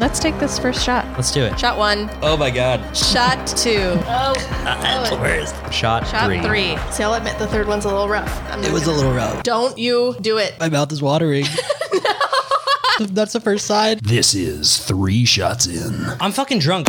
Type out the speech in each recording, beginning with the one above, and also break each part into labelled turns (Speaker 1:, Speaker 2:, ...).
Speaker 1: Let's take this first shot.
Speaker 2: Let's do it.
Speaker 1: Shot one,
Speaker 2: Oh my God.
Speaker 1: shot two,
Speaker 3: Oh,
Speaker 2: the
Speaker 3: oh
Speaker 2: worst. Shot,
Speaker 1: shot
Speaker 2: three.
Speaker 1: three.
Speaker 3: See, I'll admit the third one's a little rough. I'm not
Speaker 4: It was a
Speaker 3: gonna-
Speaker 4: little rough.
Speaker 1: Don't you do it.
Speaker 4: My mouth is watering. That's the first side.
Speaker 5: This is Three Shots In.
Speaker 2: I'm fucking drunk.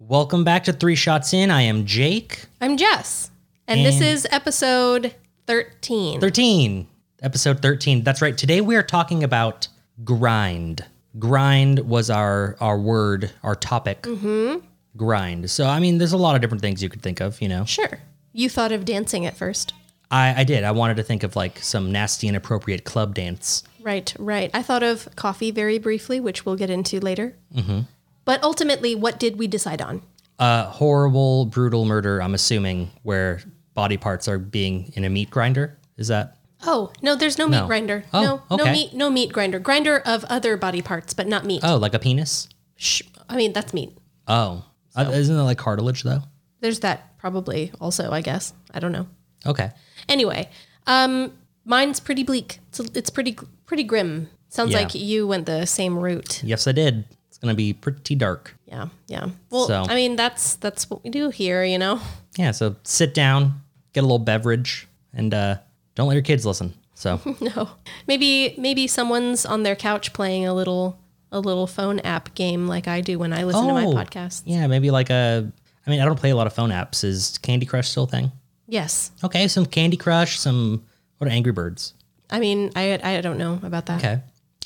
Speaker 2: Welcome back to Three Shots In. I am Jake.
Speaker 1: I'm Jess, and this
Speaker 2: And-
Speaker 1: is episode 13.
Speaker 2: 13, episode 13. That's right. Today we are talking about grind. Grind was our our word, our topic. Mm-hmm. Grind. So I mean, there's a lot of different things you could think of. You know,
Speaker 1: Sure. You thought of dancing at first.
Speaker 2: I, I did. I wanted to think of like some nasty, inappropriate club dance.
Speaker 1: Right, right. I thought of coffee very briefly, which we'll get into later.
Speaker 2: Mm-hmm.
Speaker 1: But ultimately, what did we decide on?
Speaker 2: A horrible, brutal murder. I'm assuming where body parts are being in a meat grinder. Is that
Speaker 1: Oh, no, there's no,
Speaker 2: No.
Speaker 1: meat grinder.
Speaker 2: Oh,
Speaker 1: no, no
Speaker 2: okay.
Speaker 1: meat, no meat grinder. Grinder of other body parts, but not meat.
Speaker 2: oh, like a penis?
Speaker 1: Sh- I mean, that's meat.
Speaker 2: Oh, Uh, isn't it like cartilage though?
Speaker 1: There's that probably also, I guess. I don't know.
Speaker 2: Okay.
Speaker 1: Anyway, um, mine's pretty bleak. It's, it's pretty pretty grim. Sounds
Speaker 2: Yeah.
Speaker 1: like you went the same route.
Speaker 2: Yes, I did. It's gonna be pretty dark.
Speaker 1: Yeah, yeah. Well,
Speaker 2: So-
Speaker 1: I mean, that's that's what we do here, you know.
Speaker 2: yeah so sit down get a little beverage and uh, don't let your kids listen so
Speaker 1: No, maybe maybe someone's on their couch playing a little a little phone app game like I do when I listen to my podcast.
Speaker 2: Oh, yeah maybe like a i mean i don't play a lot of phone apps is candy crush still a thing
Speaker 1: Yes,
Speaker 2: okay some candy crush some what are angry birds
Speaker 1: I mean I I don't know about that.
Speaker 2: okay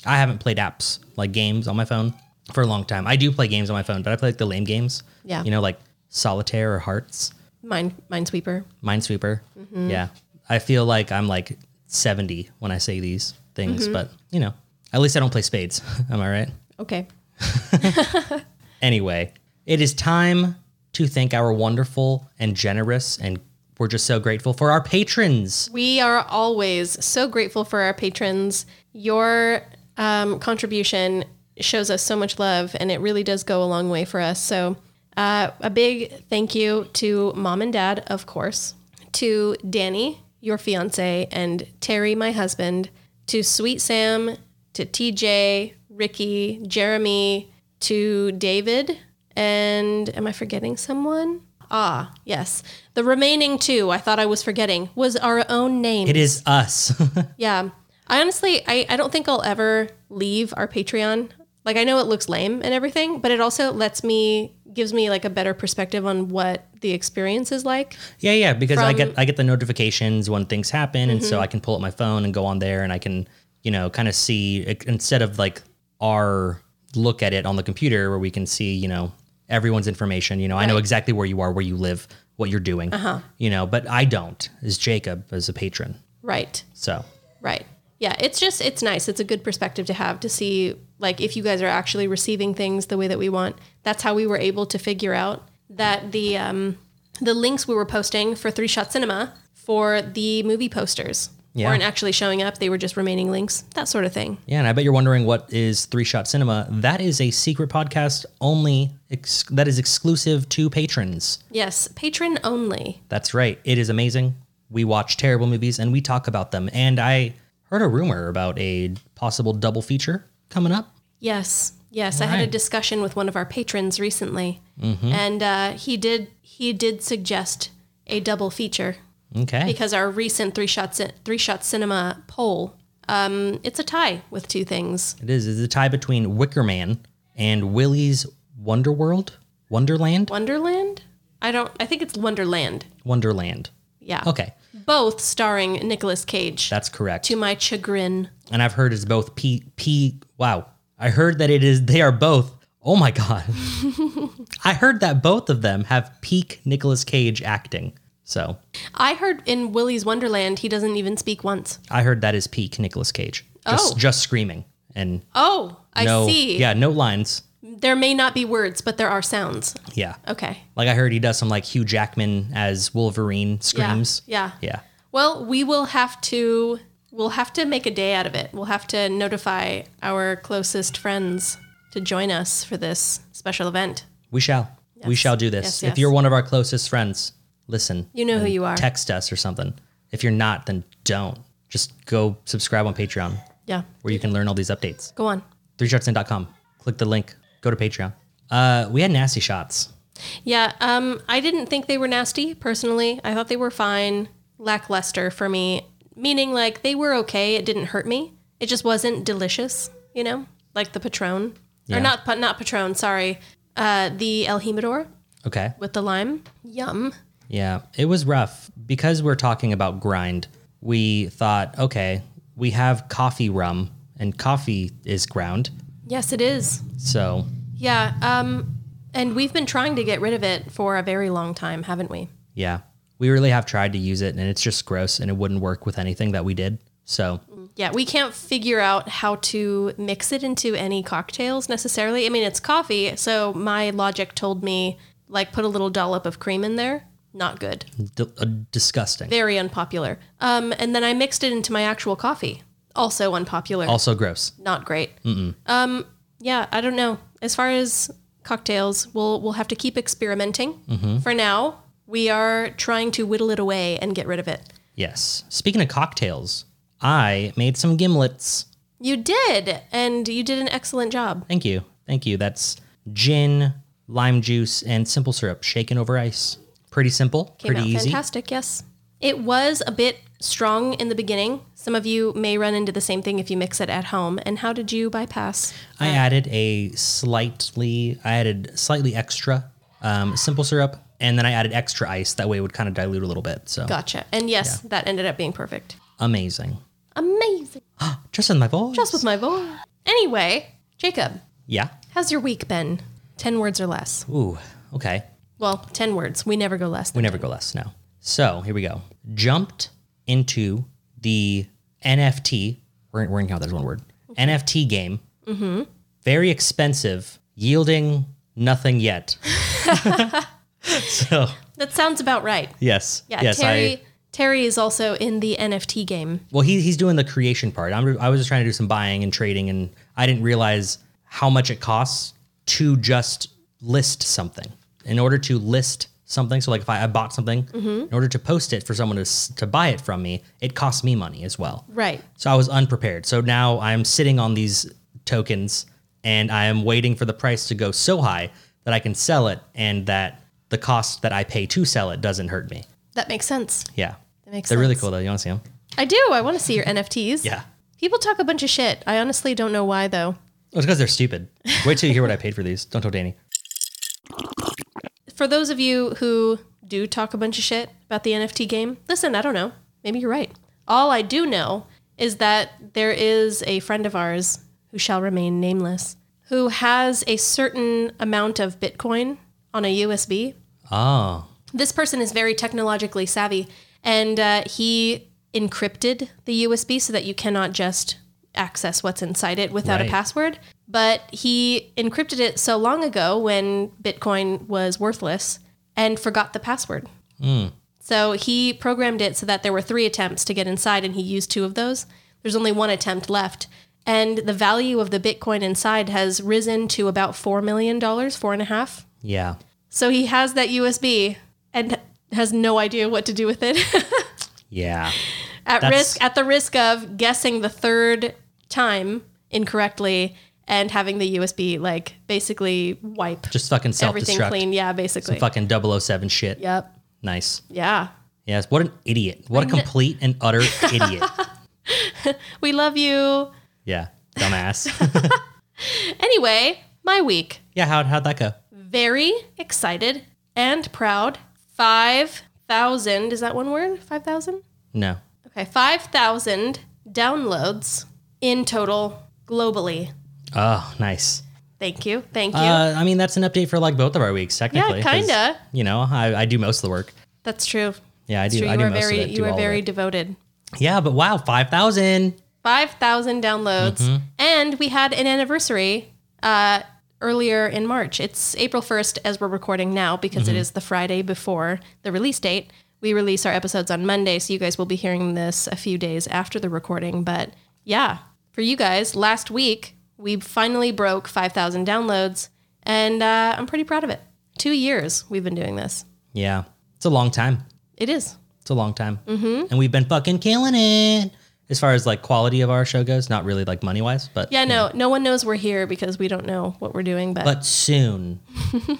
Speaker 2: i haven't played apps like games on my phone for a long time i do play games on my phone but i play like the lame games
Speaker 1: Yeah.
Speaker 2: you know like solitaire or hearts
Speaker 1: Mine Minesweeper.
Speaker 2: minesweeper
Speaker 1: Mm-hmm.
Speaker 2: yeah i feel like i'm like 70 when i say these things
Speaker 1: Mm-hmm.
Speaker 2: but you know at least i don't play spades am i right
Speaker 1: Okay,
Speaker 2: Anyway, it is time to thank our wonderful and generous, and we're just so grateful for our patrons.
Speaker 1: we are always so grateful for our patrons. Your um, contribution shows us so much love, and it really does go a long way for us. So. Uh, a big thank you to mom and dad, of course, to Danny, your fiance, and Terry, my husband, to Sweet Sam, to TJ, Ricky, Jeremy, to David, and am I forgetting someone? Ah, yes. The remaining two I thought I was forgetting was our own name.
Speaker 2: It is us.
Speaker 1: Yeah. I honestly, I, I don't think I'll ever leave our Patreon. Like, I know it looks lame and everything, but it also lets me, gives me like a better perspective on what the experience is like.
Speaker 2: yeah, yeah, because I
Speaker 1: From-
Speaker 2: get I get the notifications when things happen, and so I can pull up my phone and go on there, and I can you know kind of see it- instead of like our look at it on the computer where we can see you know everyone's information. You know, I know exactly where you are, where you live, what you're doing. Uh-huh. You know, but I don't. Is Jacob as a patron?
Speaker 1: Right.
Speaker 2: So
Speaker 1: Right. Yeah. It's just, it's nice. It's a good perspective to have to see, like, if you guys are actually receiving things the way that we want. That's how we were able to figure out that the, um, the links we were posting for Three Shot Cinema for the movie posters
Speaker 2: Yeah.
Speaker 1: weren't actually showing up. They were just remaining links, that sort of thing.
Speaker 2: Yeah, and I bet you're wondering what is Three Shot Cinema. That is a secret podcast only ex- that is exclusive to patrons.
Speaker 1: Yes, patron only.
Speaker 2: That's right. It is amazing. We watch terrible movies and we talk about them. And I heard a rumor about a possible double feature coming up.
Speaker 1: Yes, yes. I had a
Speaker 2: right.
Speaker 1: discussion with one of our patrons recently,
Speaker 2: Mm-hmm.
Speaker 1: and uh, he did he did suggest a double feature
Speaker 2: Okay.
Speaker 1: because our recent three shots three shot cinema poll um, it's a tie with two things.
Speaker 2: it is. It's a tie between Wicker Man and Willy's Wonder World? Wonderland?
Speaker 1: Wonderland. I don't. I think it's Wonderland.
Speaker 2: Wonderland.
Speaker 1: Yeah.
Speaker 2: Okay.
Speaker 1: Both starring Nicolas Cage.
Speaker 2: That's correct.
Speaker 1: to my chagrin.
Speaker 2: and I've heard it's both P P. Wow, I heard that it is. They are both. Oh my god, I heard that both of them have peak Nicolas Cage acting. So
Speaker 1: I heard in Willy's Wonderland he doesn't even speak once.
Speaker 2: I heard that is peak Nicolas Cage. Just
Speaker 1: Oh.
Speaker 2: just screaming and
Speaker 1: Oh, I
Speaker 2: no,
Speaker 1: see.
Speaker 2: yeah, no lines.
Speaker 1: There may not be words, but there are sounds.
Speaker 2: Yeah,
Speaker 1: Okay.
Speaker 2: like I heard he does some like Hugh Jackman as Wolverine screams.
Speaker 1: Yeah. Yeah.
Speaker 2: yeah.
Speaker 1: Well, we will have to we'll have to make a day out of it. We'll have to notify our closest friends to join us for this special event.
Speaker 2: We shall. We shall do this.
Speaker 1: Yes,
Speaker 2: If
Speaker 1: yes.
Speaker 2: you're one of our closest friends, listen.
Speaker 1: You know who
Speaker 2: and
Speaker 1: you are.
Speaker 2: Text us or something. If you're not, then don't. Just go subscribe on Patreon
Speaker 1: Yeah.
Speaker 2: where you can learn all these updates.
Speaker 1: Go on.
Speaker 2: Threeshotsin.com. Click the link. Go to Patreon. Uh, we had nasty shots.
Speaker 1: Yeah, um, I didn't think they were nasty personally. I thought they were fine, lackluster for me, meaning like they were okay. It didn't hurt me. It just wasn't delicious, you know, like the Patron
Speaker 2: Yeah.
Speaker 1: or not, pa- not Patron. Sorry, uh, the El Jimador
Speaker 2: Okay.
Speaker 1: with the lime. Yum.
Speaker 2: Yeah, it was rough because we're talking about grind. We thought, okay, we have coffee rum, and coffee is ground.
Speaker 1: Yes, it is.
Speaker 2: So
Speaker 1: Yeah, um, and we've been trying to get rid of it for a very long time, haven't we?
Speaker 2: yeah, we really have tried to use it, and it's just gross, and it wouldn't work with anything that we did. So
Speaker 1: Yeah, we can't figure out how to mix it into any cocktails necessarily. I mean, it's coffee, so my logic told me like put a little dollop of cream in there. Not good.
Speaker 2: d- uh, disgusting.
Speaker 1: Very unpopular. Um, and then I mixed it into my actual coffee. Also unpopular.
Speaker 2: also gross.
Speaker 1: Not great. Um, yeah, I don't know. As far as cocktails, we'll we'll have to keep experimenting.
Speaker 2: Mm-hmm.
Speaker 1: For now, we are trying to whittle it away and get rid of it.
Speaker 2: Yes. Speaking of cocktails, I made some gimlets.
Speaker 1: You did, and you did an excellent job.
Speaker 2: Thank you. Thank you. That's gin, lime juice, and simple syrup shaken over ice. Pretty simple,
Speaker 1: came
Speaker 2: pretty
Speaker 1: out
Speaker 2: easy.
Speaker 1: fantastic. Yes, it was a bit strong in the beginning. Some of you may run into the same thing if you mix it at home. And how did you bypass?
Speaker 2: I added a slightly, I added slightly extra um, simple syrup, and then I added extra ice. That way, it would kind of dilute a little bit. So
Speaker 1: Gotcha. And yes, that ended up being perfect.
Speaker 2: amazing.
Speaker 1: Amazing.
Speaker 2: Just in my voice.
Speaker 1: Just with my voice. Anyway, Jacob,
Speaker 2: yeah.
Speaker 1: how's your week been? Ten words or less.
Speaker 2: Ooh. Okay.
Speaker 1: Well, ten words. We never go less.
Speaker 2: We
Speaker 1: Than
Speaker 2: never go less now. So here we go. Jumped into the NFT. We're, we're in count. There's one word. NFT game. Mm-hmm. Very expensive, yielding nothing yet. so
Speaker 1: that sounds about right.
Speaker 2: yes.
Speaker 1: Yeah.
Speaker 2: yes.
Speaker 1: Terry. Terry is also in the NFT game.
Speaker 2: Well, he, he's doing the creation part. I'm, I was just trying to do some buying and trading, and I didn't realize how much it costs to just list something. In order to list something, so like if I, I bought something,
Speaker 1: Mm-hmm.
Speaker 2: in order to post it for someone to, s- to buy it from me, it costs me money as well.
Speaker 1: Right.
Speaker 2: So I was unprepared. So now I'm sitting on these tokens and I am waiting for the price to go so high that I can sell it and that the cost that I pay to sell it doesn't hurt me.
Speaker 1: That makes sense.
Speaker 2: Yeah.
Speaker 1: That makes
Speaker 2: They're really
Speaker 1: sense.
Speaker 2: cool though. You want to see them?
Speaker 1: I do. I want to see your NFTs.
Speaker 2: Yeah.
Speaker 1: People talk a bunch of shit. I honestly don't know why though.
Speaker 2: Well, Oh, it's because they're stupid. Wait till you hear what I paid for these. Don't tell Danny.
Speaker 1: for those of you who do talk a bunch of shit about the NFT game, listen, I don't know. Maybe you're right. All I do know is that there is a friend of ours who shall remain nameless who has a certain amount of Bitcoin on a USB
Speaker 2: Oh,
Speaker 1: this person is very technologically savvy and uh, he encrypted the USB so that you cannot just access what's inside it without
Speaker 2: Right.
Speaker 1: a password. But he encrypted it so long ago when Bitcoin was worthless and forgot the password. So he programmed it so that there were three attempts to get inside, and he used two of those. There's only one attempt left. And the value of the Bitcoin inside has risen to about $4 million, four and a half
Speaker 2: yeah.
Speaker 1: so he has that USB and has no idea what to do with it.
Speaker 2: Yeah.
Speaker 1: at
Speaker 2: That's-
Speaker 1: risk at the risk of guessing the third time incorrectly and having the USB like basically wipe
Speaker 2: Just fucking self
Speaker 1: everything
Speaker 2: destruct.
Speaker 1: clean. Yeah, basically.
Speaker 2: Fucking 007 shit.
Speaker 1: yep.
Speaker 2: Nice.
Speaker 1: Yeah.
Speaker 2: Yes. What an idiot. What a complete and utter idiot.
Speaker 1: We love you.
Speaker 2: Yeah. Dumbass.
Speaker 1: Anyway, my week.
Speaker 2: yeah. How'd, how'd that go?
Speaker 1: Very excited and proud. 5,000. Is that one word? 5,000?
Speaker 2: No.
Speaker 1: Okay, 5,000 downloads in total globally.
Speaker 2: Oh, nice.
Speaker 1: Thank you. Thank you.
Speaker 2: Uh, I mean, that's an update for like both of our weeks, technically. 'cause,
Speaker 1: kinda.
Speaker 2: You know, I, I do most of the work.
Speaker 1: That's true.
Speaker 2: Yeah, I
Speaker 1: That's
Speaker 2: do.
Speaker 1: true.
Speaker 2: I
Speaker 1: you
Speaker 2: do
Speaker 1: are
Speaker 2: most
Speaker 1: very,
Speaker 2: of it. do
Speaker 1: you
Speaker 2: all
Speaker 1: are
Speaker 2: of
Speaker 1: very
Speaker 2: it.
Speaker 1: devoted.
Speaker 2: Yeah, but wow, 5,000.
Speaker 1: 5,000 downloads.
Speaker 2: Mm-hmm.
Speaker 1: And we had an anniversary uh, earlier in March. It's April 1st as we're recording now because
Speaker 2: Mm-hmm.
Speaker 1: it is the Friday before the release date. We release our episodes on Monday, so you guys will be hearing this a few days after the recording. But yeah, for you guys, last week we finally broke 5,000 downloads, and uh, I'm pretty proud of it. Two years we've been doing this.
Speaker 2: Yeah. It's a long time.
Speaker 1: It is.
Speaker 2: It's a long time. Mm-hmm. And we've been fucking killing it as far as like quality of our show goes, not really like money wise, but
Speaker 1: Yeah, no, no one knows we're here because we don't know what we're doing, but,
Speaker 2: but soon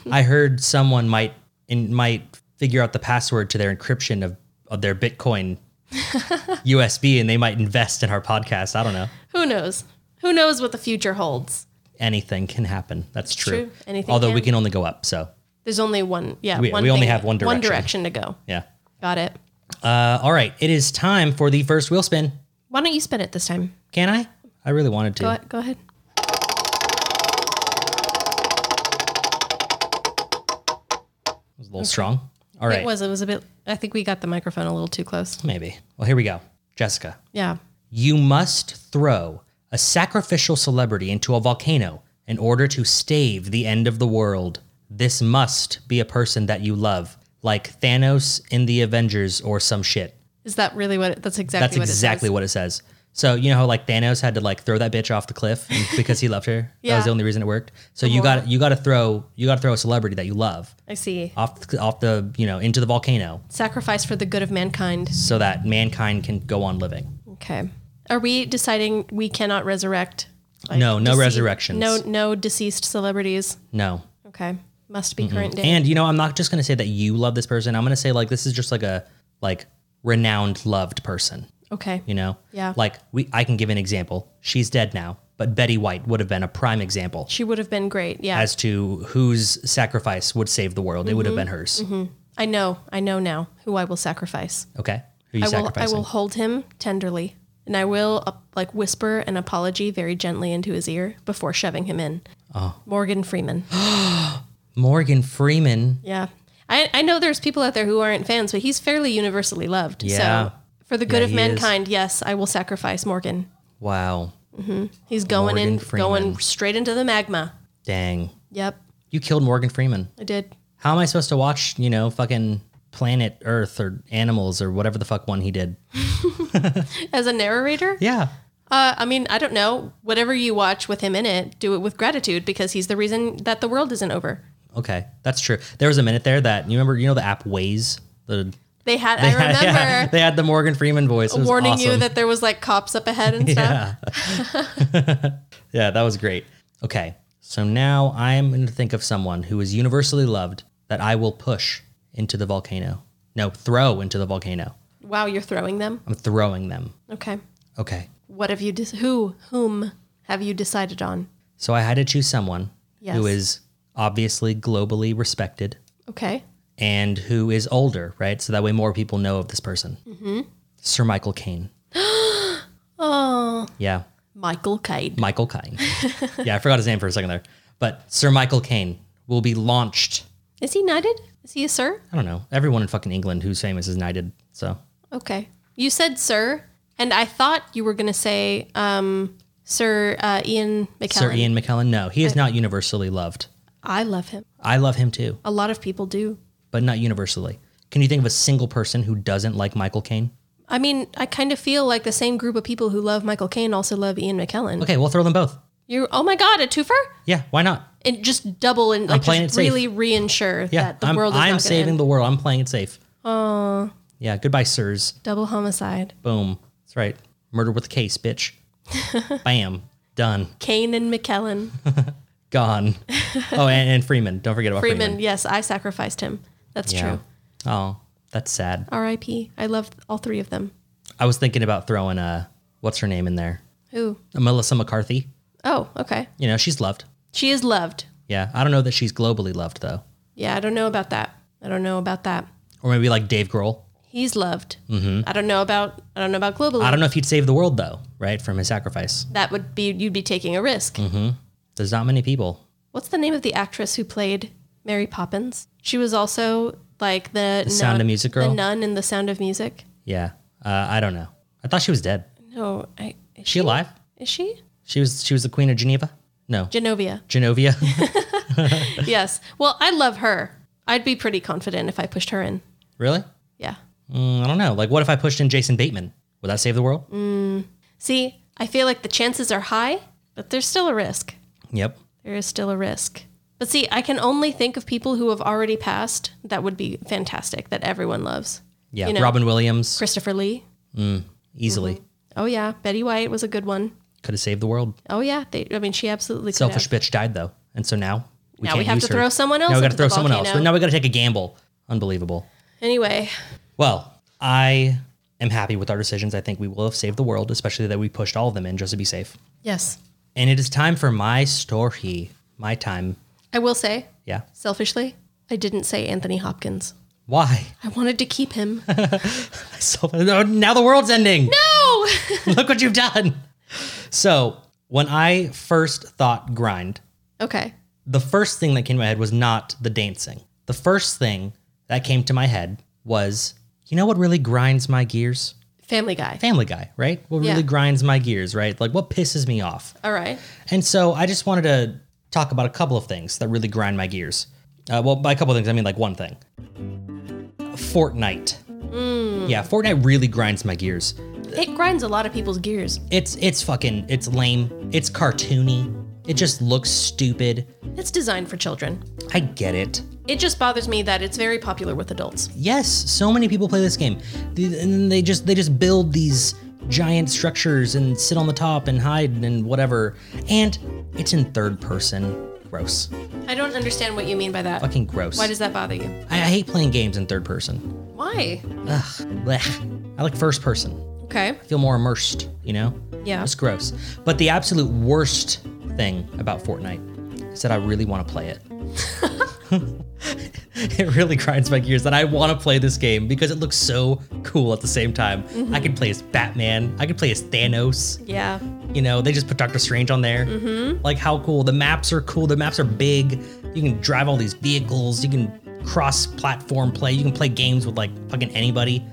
Speaker 2: I heard someone might in, might figure out the password to their encryption of, of their Bitcoin USB and they might invest in our podcast. I don't know.
Speaker 1: who knows? Who knows what the future holds?
Speaker 2: Anything can happen. That's true.
Speaker 1: true. Anything
Speaker 2: Although we
Speaker 1: can.
Speaker 2: can only go up. So
Speaker 1: There's only one yeah,
Speaker 2: We-
Speaker 1: one
Speaker 2: we only
Speaker 1: thing-
Speaker 2: have one
Speaker 1: One
Speaker 2: direction.
Speaker 1: direction to go.
Speaker 2: yeah.
Speaker 1: Got it.
Speaker 2: Uh, all right. It is time for the first wheel spin.
Speaker 1: Why don't you spin it this time?
Speaker 2: Can I? I really wanted to.
Speaker 1: Go ahead. Go ahead.
Speaker 2: It was a little strong. All right.
Speaker 1: It was. It was a bit. I think we got the microphone a little too close.
Speaker 2: Maybe. Well, here we go. Jessica,
Speaker 1: Yeah.
Speaker 2: you must throw a sacrificial celebrity into a volcano in order to stave the end of the world. This must be a person that you love, like Thanos in the Avengers or some shit.
Speaker 1: Is that really what? It, that's exactly.
Speaker 2: That's
Speaker 1: what
Speaker 2: exactly
Speaker 1: It says.
Speaker 2: what it says. So you know how like Thanos had to like throw that bitch off the cliff and- because he loved her. That was
Speaker 1: Yeah.
Speaker 2: the only reason it worked. So you got you got to throw you got to throw a celebrity that you love
Speaker 1: I see.
Speaker 2: off the, off the you know into the volcano
Speaker 1: Sacrifice for the good of mankind.
Speaker 2: so that mankind can go on living.
Speaker 1: Okay. Are we deciding we cannot resurrect?
Speaker 2: no, no
Speaker 1: dece-
Speaker 2: resurrections.
Speaker 1: No, no deceased celebrities.
Speaker 2: no.
Speaker 1: Okay. Must be current day.
Speaker 2: And you know, I'm not just gonna say that you love this person. I'm gonna say like this is just like a like renowned loved person.
Speaker 1: okay.
Speaker 2: You know,
Speaker 1: Yeah.
Speaker 2: Like we, I can give an example. She's dead now, but Betty White would have been a prime example
Speaker 1: She would have been great. Yeah.
Speaker 2: as to whose sacrifice would save the world. It would have
Speaker 1: Mm-hmm.
Speaker 2: been hers.
Speaker 1: I know. I know now who I will sacrifice.
Speaker 2: Okay, who are you
Speaker 1: I will. I
Speaker 2: sacrificing?
Speaker 1: will hold him tenderly, and I will uh, like whisper an apology very gently into his ear before shoving him in. Oh. Morgan Freeman.
Speaker 2: Morgan Freeman.
Speaker 1: Yeah. I, I know there's people out there who aren't fans, but he's fairly universally loved.
Speaker 2: Yeah.
Speaker 1: So for the good
Speaker 2: Yeah,
Speaker 1: of
Speaker 2: he is.
Speaker 1: mankind, yes, I will sacrifice Morgan.
Speaker 2: Wow,
Speaker 1: He's going
Speaker 2: Morgan
Speaker 1: in,
Speaker 2: Freeman.
Speaker 1: going straight into the magma.
Speaker 2: dang,
Speaker 1: Yep,
Speaker 2: you killed Morgan Freeman.
Speaker 1: I did.
Speaker 2: How am I supposed to watch? You know, fucking Planet Earth or Animals or whatever the fuck one he did.
Speaker 1: As a narrator,
Speaker 2: Yeah,
Speaker 1: uh, I mean, I don't know. Whatever you watch with him in it, do it with gratitude because he's the reason that the world isn't over.
Speaker 2: Okay, that's true. There was a minute there that you remember, you know, the app Waze. The
Speaker 1: They had, I remember
Speaker 2: yeah, they had the Morgan Freeman voice. It was
Speaker 1: warning you
Speaker 2: awesome.
Speaker 1: that there was like cops up ahead and stuff.
Speaker 2: yeah, that was great. Okay, so now I'm going to think of someone who is universally loved that I will push into the volcano. No, throw into the volcano.
Speaker 1: Wow, you're throwing them.
Speaker 2: I'm throwing them.
Speaker 1: Okay.
Speaker 2: Okay,
Speaker 1: What have you, de- who, whom have you decided on?
Speaker 2: so I had to choose someone who
Speaker 1: Yes.
Speaker 2: is obviously globally respected
Speaker 1: Okay.
Speaker 2: and who is older, right? So that way more people know of this person. Mm-hmm. Sir Michael Caine.
Speaker 1: Oh,
Speaker 2: Yeah.
Speaker 1: Michael Caine.
Speaker 2: Michael Caine. yeah, I forgot his name for a second there. But Sir Michael Caine will be launched.
Speaker 1: Is he knighted? Is he a sir?
Speaker 2: I don't know. Everyone in fucking England who's famous is knighted. So
Speaker 1: Okay. You said sir, and I thought you were going to say um, Sir uh, Ian McKellen.
Speaker 2: Sir Ian McKellen, no, he is not universally loved.
Speaker 1: I love him.
Speaker 2: I love him too,
Speaker 1: A lot of people do.
Speaker 2: but not universally. Can you think of a single person who doesn't like Michael Caine?
Speaker 1: I mean, I kind of feel like the same group of people who love Michael Caine also love Ian McKellen.
Speaker 2: Okay, we'll throw them both.
Speaker 1: You, oh my God, a twofer?
Speaker 2: Yeah, why not?
Speaker 1: And just double and like
Speaker 2: playing
Speaker 1: just
Speaker 2: it safe.
Speaker 1: really reinsure
Speaker 2: Yeah,
Speaker 1: that the
Speaker 2: I'm,
Speaker 1: world is
Speaker 2: I'm
Speaker 1: not
Speaker 2: saving
Speaker 1: saving
Speaker 2: the world. I'm playing it safe. Oh. Yeah, goodbye, sirs.
Speaker 1: double homicide.
Speaker 2: Boom. That's right. Murder with a case, bitch. Bam. Done.
Speaker 1: Caine and McKellen.
Speaker 2: Gone. Oh, and, and Freeman. Don't forget about Freeman.
Speaker 1: Freeman. Yes, I sacrificed him. That's true.
Speaker 2: Oh, that's sad.
Speaker 1: R.I.P. I love all three of them.
Speaker 2: I was thinking about throwing a what's her name in there,
Speaker 1: Who?
Speaker 2: Melissa McCarthy.
Speaker 1: Oh, okay.
Speaker 2: You know, she's loved.
Speaker 1: She is loved.
Speaker 2: Yeah, I don't know that she's globally loved though,
Speaker 1: Yeah, I don't know about that. I don't know about that.
Speaker 2: or maybe like Dave Grohl.
Speaker 1: He's loved. Mm-hmm. I don't know about. I don't know about globally.
Speaker 2: I don't know if he'd save the world though, right? From his sacrifice.
Speaker 1: that would be you'd be taking a risk.
Speaker 2: Mm-hmm. There's not many people.
Speaker 1: What's the name of the actress who played Mary Poppins? She was also like the, nun,
Speaker 2: Sound of Music girl?
Speaker 1: the nun in The Sound of Music.
Speaker 2: Yeah, uh, I don't know. I thought she was dead.
Speaker 1: No, I, is
Speaker 2: She alive?
Speaker 1: Is she
Speaker 2: She was. She was the queen of Geneva. No,
Speaker 1: Genovia?
Speaker 2: Genovia.
Speaker 1: yes. Well, I love her. I'd be pretty confident if I pushed her in.
Speaker 2: really?
Speaker 1: Yeah.
Speaker 2: Mm, I don't know. Like, what if I pushed in Jason Bateman? Would that save the world?
Speaker 1: Mm. See, I feel like the chances are high, but there's still a risk.
Speaker 2: Yep.
Speaker 1: There is still a risk. But see, I can only think of people who have already passed that would be fantastic that everyone loves.
Speaker 2: Yeah,
Speaker 1: You know,
Speaker 2: Robin Williams
Speaker 1: Christopher Lee.
Speaker 2: easily
Speaker 1: Oh yeah, Betty White was a good one.
Speaker 2: could have saved the world.
Speaker 1: Oh yeah, they, I mean she absolutely could
Speaker 2: Selfish
Speaker 1: have.
Speaker 2: bitch died though, and so now we
Speaker 1: Now we
Speaker 2: can't
Speaker 1: have
Speaker 2: use
Speaker 1: to
Speaker 2: her.
Speaker 1: throw someone else
Speaker 2: Now we got
Speaker 1: into
Speaker 2: to throw
Speaker 1: the
Speaker 2: someone else.
Speaker 1: volcano.
Speaker 2: But now we got to take a gamble. Unbelievable.
Speaker 1: Anyway,
Speaker 2: Well, I am happy with our decisions. I think we will have saved the world, especially that we pushed all of them in just to be safe.
Speaker 1: yes,
Speaker 2: And it is time for my story. My time.
Speaker 1: I will say
Speaker 2: Yeah.
Speaker 1: selfishly, I didn't say Anthony Hopkins.
Speaker 2: Why?
Speaker 1: I wanted to keep him.
Speaker 2: So, oh, now the world's ending.
Speaker 1: no.
Speaker 2: Look what you've done. So, when I first thought grind,
Speaker 1: okay.
Speaker 2: the first thing that came to my head was not the dancing. The first thing that came to my head was, you know what really grinds my gears?
Speaker 1: Family Guy.
Speaker 2: Family Guy, right? What
Speaker 1: Yeah.
Speaker 2: really grinds my gears, right? Like what pisses me off.
Speaker 1: All right.
Speaker 2: And so I just wanted to talk about a couple of things that really grind my gears. Uh, well, by a couple of things, I mean like one thing Fortnite. Yeah, Fortnite really grinds my gears.
Speaker 1: It grinds a lot of people's gears.
Speaker 2: It's it's fucking it's lame. It's cartoony. It just looks stupid.
Speaker 1: It's designed for children.
Speaker 2: I get it.
Speaker 1: It just bothers me that it's very popular with adults.
Speaker 2: Yes, so many people play this game, The- and then they just they just build these giant structures and sit on the top and hide and whatever. And it's in third person. Gross.
Speaker 1: I don't understand what you mean by that.
Speaker 2: Fucking gross.
Speaker 1: Why does that bother you?
Speaker 2: I, I hate playing games in third person.
Speaker 1: Why?
Speaker 2: Blech. I like first person.
Speaker 1: Okay.
Speaker 2: I feel more immersed, you know?
Speaker 1: Yeah.
Speaker 2: It's gross. But the absolute worst thing about Fortnite is that I really want to play it. it really grinds my gears that I want to play this game because it looks so cool at the same time. I could play as Batman, I could play as Thanos.
Speaker 1: Yeah.
Speaker 2: You know, they just put Doctor Strange on there. Like, how cool. The maps are cool. The maps are big. You can drive all these vehicles. You can cross platform play. You can play games with like fucking anybody.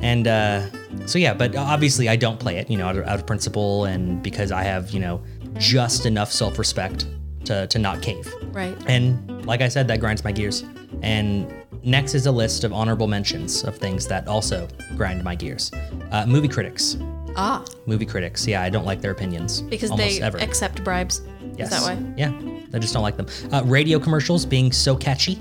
Speaker 2: And uh, so, yeah, but obviously I don't play it, you know, out of, out of principle and because I have, you know, just enough self respect to, to not cave.
Speaker 1: Right.
Speaker 2: And like I said, that grinds my gears. And next is a list of honorable mentions of things that also grind my gears. Uh, movie critics.
Speaker 1: Ah,
Speaker 2: Movie critics. Yeah, I don't like their opinions.
Speaker 1: because
Speaker 2: almost
Speaker 1: they
Speaker 2: ever.
Speaker 1: accept bribes.
Speaker 2: Yes.
Speaker 1: Is that why?
Speaker 2: Yeah, I just don't like them. Uh, radio commercials being so catchy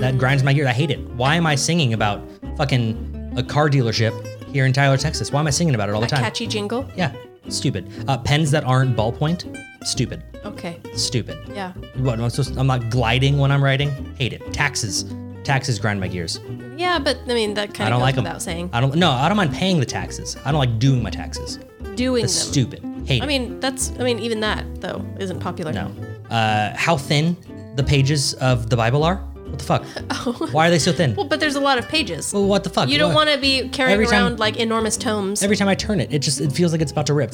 Speaker 2: that grinds my gears. I hate it. Why am I singing about fucking a car dealership here in Tyler, Texas? Why am I singing about it all the
Speaker 1: A
Speaker 2: time?
Speaker 1: catchy jingle.
Speaker 2: Yeah, stupid. Uh, pens that aren't ballpoint. Stupid.
Speaker 1: Okay.
Speaker 2: Stupid.
Speaker 1: Yeah.
Speaker 2: What am I supposed? I'm not gliding when I'm writing. Hate it. Taxes. Taxes grind my gears.
Speaker 1: Yeah, but I mean that
Speaker 2: I
Speaker 1: kind
Speaker 2: don't
Speaker 1: of goes
Speaker 2: like them.
Speaker 1: without saying.
Speaker 2: I don't. No, I don't mind paying the taxes. I don't like doing my taxes.
Speaker 1: Doing them.
Speaker 2: That's stupid. Hate
Speaker 1: I
Speaker 2: it.
Speaker 1: mean, that's. I mean, even that though isn't popular.
Speaker 2: No. Uh, how thin the pages of the Bible are? What the fuck? Why are they so thin?
Speaker 1: Well, but there's a lot of pages.
Speaker 2: Well, what the fuck?
Speaker 1: you don't
Speaker 2: What?
Speaker 1: want to be carrying
Speaker 2: Every time-
Speaker 1: around like enormous tomes.
Speaker 2: Every time I turn it, it just it feels like it's about to rip.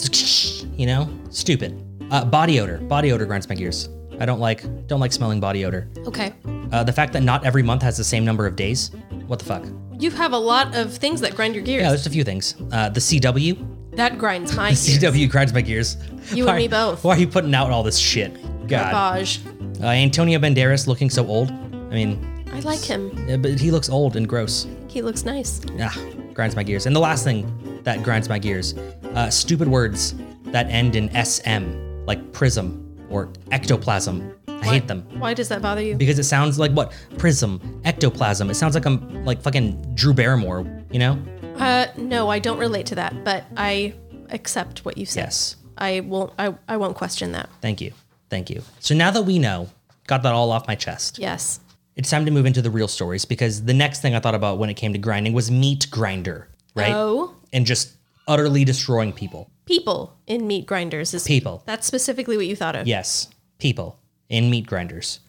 Speaker 2: you know, stupid. Uh, body odor. Body odor grinds my gears. I don't like don't like smelling body odor.
Speaker 1: okay.
Speaker 2: Uh, the fact that not every month has the same number of days. What the fuck?
Speaker 1: You have a lot of things that grind your gears.
Speaker 2: Yeah, there's a few things. Uh, the CW.
Speaker 1: that grinds my
Speaker 2: The
Speaker 1: gears.
Speaker 2: CW grinds my gears.
Speaker 1: You and
Speaker 2: Why-
Speaker 1: me both.
Speaker 2: Why are you putting out all this shit? God.
Speaker 1: Garbage.
Speaker 2: Uh, Antonio Banderas looking so old. I mean,
Speaker 1: I like him.
Speaker 2: yeah, but he looks old and gross.
Speaker 1: He looks nice.
Speaker 2: ah, grinds my gears. And the last thing that grinds my gears, uh, stupid words that end in SM, like prism or ectoplasm. I hate them
Speaker 1: Why does that bother you?
Speaker 2: because it sounds like what prism, ectoplasm. It sounds like I'm like fucking Drew Barrymore, you know?
Speaker 1: Uh, no, I don't relate to that, but I accept what you said.
Speaker 2: Yes.
Speaker 1: I won't. I, I won't question that.
Speaker 2: Thank you, thank you. So now that we know, got that all off my chest.
Speaker 1: Yes.
Speaker 2: It's time to move into the real stories because the next thing I thought about when it came to grinding was meat grinder, right?
Speaker 1: Oh,
Speaker 2: And just utterly destroying people.
Speaker 1: people in meat grinders is
Speaker 2: People.
Speaker 1: That's specifically what you thought of.
Speaker 2: Yes, people in meat grinders.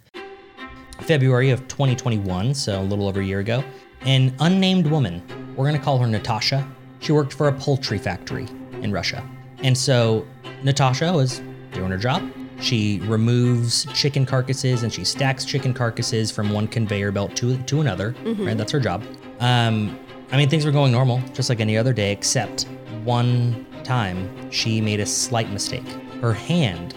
Speaker 2: February of 2021, so a little over a year ago, an unnamed woman, we're going to call her Natasha. She worked for a poultry factory in Russia. And so Natasha was doing her job. She removes chicken carcasses and she stacks chicken carcasses from one conveyor belt to, to another, right? That's her job. Um, I mean, things were going normal, just like any other day, except one time she made a slight mistake. Her hand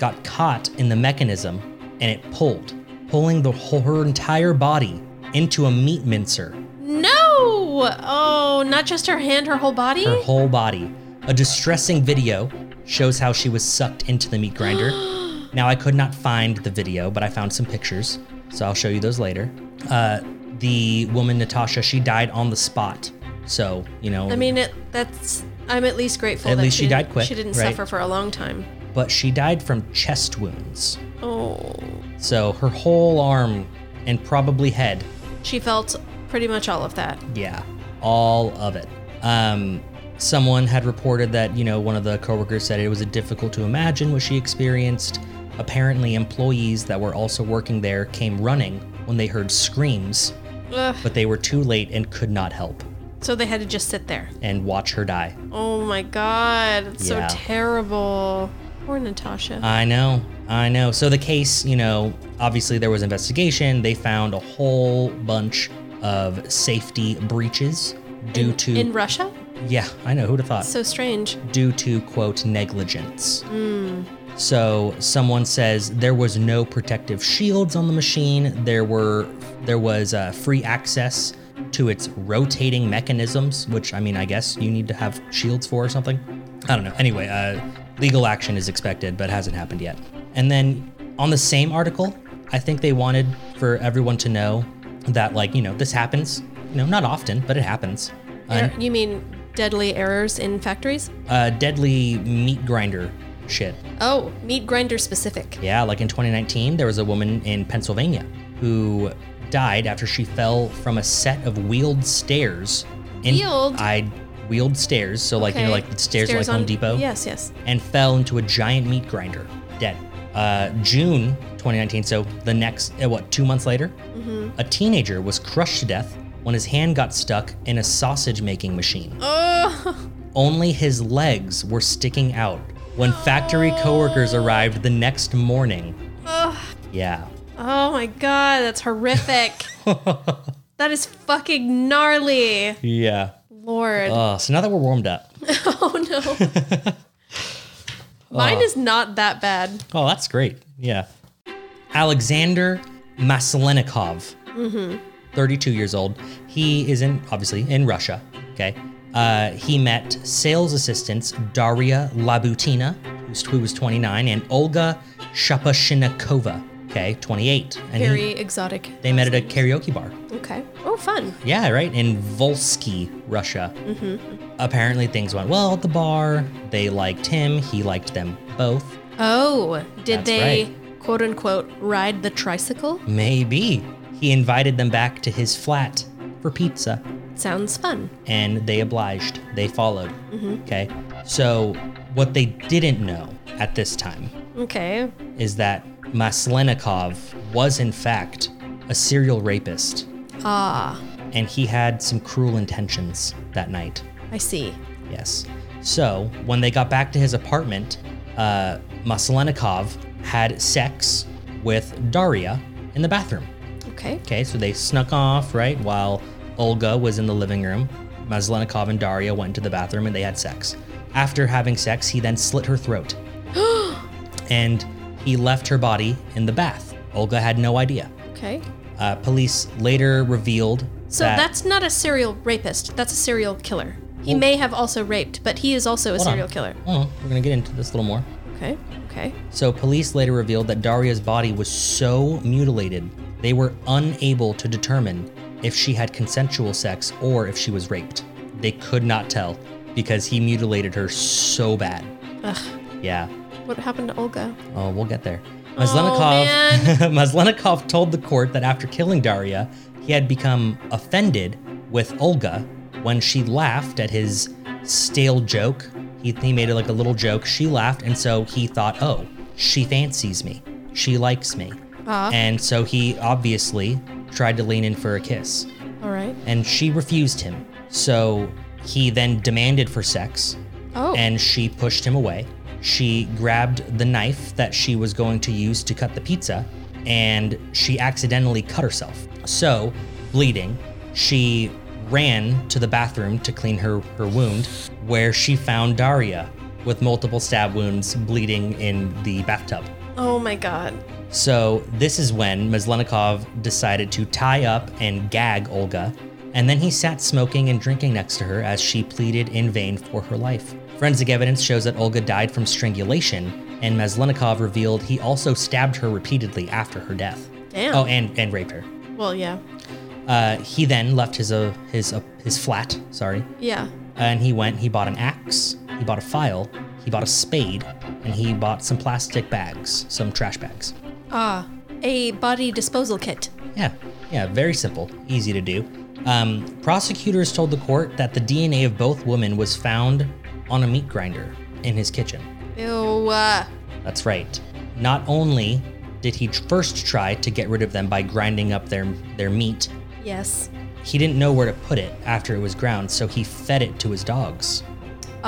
Speaker 2: got caught in the mechanism and it pulled, pulling the whole, her entire body into a meat mincer,
Speaker 1: No. Oh, not just her hand, her whole body.
Speaker 2: her whole body. A distressing video shows how she was sucked into the meat grinder Now, I could not find the video, but I found some pictures, so I'll show you those later. Uh, the woman, Natasha, she died on the spot. So, you know,
Speaker 1: I mean, it, that's. I'm at least grateful.
Speaker 2: At
Speaker 1: that
Speaker 2: least she died quick,
Speaker 1: She didn't
Speaker 2: right?
Speaker 1: suffer for a long time.
Speaker 2: but she died from chest wounds.
Speaker 1: Oh,
Speaker 2: So her whole arm and probably head
Speaker 1: she felt pretty much all of that.
Speaker 2: Yeah, all of it. Um, someone had reported that, you know, one of the coworkers said it was difficult to imagine what she experienced. Apparently, employees that were also working there came running when they heard screams,
Speaker 1: Ugh.
Speaker 2: but they were too late and could not help
Speaker 1: So they had to just sit there.
Speaker 2: and watch her die.
Speaker 1: Oh my god, it's
Speaker 2: Yeah. Uh,
Speaker 1: so terrible. Poor Natasha.
Speaker 2: I know, I know. So the case, you know, obviously there was investigation. They found a whole bunch of safety breaches due to
Speaker 1: in Russia?
Speaker 2: yeah, I know who'd have thought.
Speaker 1: So strange.
Speaker 2: due to quote negligence. So someone says there was no protective shields on the machine. There were there was uh, free access to its rotating mechanisms, which I mean, I guess you need to have shields for or something. I don't know. Anyway, uh, legal action is expected, but hasn't happened yet. And then on the same article, I think they wanted for everyone to know that like you know this happens. You know, not often, but it happens.
Speaker 1: Er- you mean deadly errors in factories?
Speaker 2: Uh, deadly meat grinder shit.
Speaker 1: Oh, meat grinder specific.
Speaker 2: Yeah, like in 2019, there was a woman in Pennsylvania who died after she fell from a set of wheeled stairs. In,
Speaker 1: Wheeled?
Speaker 2: I wheeled stairs, so like you know,
Speaker 1: Okay.
Speaker 2: like the stairs, at, like
Speaker 1: on-
Speaker 2: Home Depot.
Speaker 1: Yes, yes.
Speaker 2: And fell into a giant meat grinder, dead. Uh, June 2019, so the next uh, what two months later, a teenager was crushed to death when his hand got stuck in a sausage making machine
Speaker 1: Oh,
Speaker 2: only his legs were sticking out when factory coworkers arrived the next morning. Yeah.
Speaker 1: oh my god, that's horrific. that is fucking gnarly.
Speaker 2: Yeah.
Speaker 1: Lord.
Speaker 2: Uh, so now that we're warmed up.
Speaker 1: oh no.
Speaker 2: Uh.
Speaker 1: Mine is not that bad.
Speaker 2: Oh, that's great. Yeah. Alexander Maslenikov, 32 years old. He is in, obviously, in Russia. Okay. Uh, he met sales assistants Daria Labutina, who's- who was 29, and Olga Shapashnikova, okay, 28. And he-
Speaker 1: Very exotic.
Speaker 2: they met at a karaoke bar.
Speaker 1: Okay. Oh, fun.
Speaker 2: Yeah, right. In Volsky, Russia. Apparently, things went well at the bar. They liked him. He liked them both.
Speaker 1: Oh, did
Speaker 2: That's
Speaker 1: they quote unquote ride the tricycle?
Speaker 2: Maybe. He invited them back to his flat for pizza,
Speaker 1: Sounds fun.
Speaker 2: and they obliged. They followed. Okay. So, what they didn't know at this time
Speaker 1: Okay.
Speaker 2: is that Maslenikov was, in fact, a serial rapist,
Speaker 1: Ah,
Speaker 2: and he had some cruel intentions that night.
Speaker 1: I see.
Speaker 2: Yes. So when they got back to his apartment, uh, Maslenikov had sex with Daria in the bathroom.
Speaker 1: Okay.
Speaker 2: Okay, so they snuck off, right? While Olga was in the living room, Maslenikov and Daria went to the bathroom and they had sex. After having sex, he then slit her throat. and he left her body in the bath. Olga had no idea.
Speaker 1: Okay.
Speaker 2: Uh, police later revealed
Speaker 1: So
Speaker 2: that
Speaker 1: that's not a serial rapist. That's a serial killer. He may have also raped, but he is also a
Speaker 2: Hold on.
Speaker 1: serial killer.
Speaker 2: Oh, we're gonna get into this a little more.
Speaker 1: Okay. Okay.
Speaker 2: So police later revealed that Daria's body was so mutilated, they were unable to determine if she had consensual sex or if she was raped. They could not tell because he mutilated her so bad. Yeah.
Speaker 1: What happened to Olga?
Speaker 2: Oh, we'll get there. Maslenikov, Maslenikov told the court that after killing Daria, he had become offended with Olga when she laughed at his stale joke. He, he made it like a little joke. She laughed, and so he thought, oh, she fancies me. She likes me. And so he obviously tried to lean in for a kiss
Speaker 1: All right.
Speaker 2: and she refused him. So he then demanded for sex.
Speaker 1: Oh.
Speaker 2: And she pushed him away. She grabbed the knife that she was going to use to cut the pizza and she accidentally cut herself. So, bleeding, she ran to the bathroom to clean her, her wound, where she found Daria with multiple stab wounds bleeding in the bathtub.
Speaker 1: Oh my God.
Speaker 2: So this is when Meslenikov decided to tie up and gag Olga, and then he sat smoking and drinking next to her as she pleaded in vain for her life. Forensic evidence shows that Olga died from strangulation and Maslenikov revealed he also stabbed her repeatedly after her death.
Speaker 1: Damn.
Speaker 2: Oh, and, and raped her.
Speaker 1: Well, yeah.
Speaker 2: Uh, he then left his uh, his uh, his flat, sorry,
Speaker 1: Yeah.
Speaker 2: and he went. He bought an axe, he bought a file, he bought a spade, and he bought some plastic bags, some trash bags.
Speaker 1: Ah, A body disposal kit.
Speaker 2: Yeah, yeah, very simple, easy to do. Um, prosecutors told the court that the DNA of both women was found on a meat grinder in his kitchen.
Speaker 1: Ew. Uh,
Speaker 2: That's right. Not only did he first try to get rid of them by grinding up their their meat,
Speaker 1: yes.
Speaker 2: he didn't know where to put it after it was ground, so he fed it to his dogs.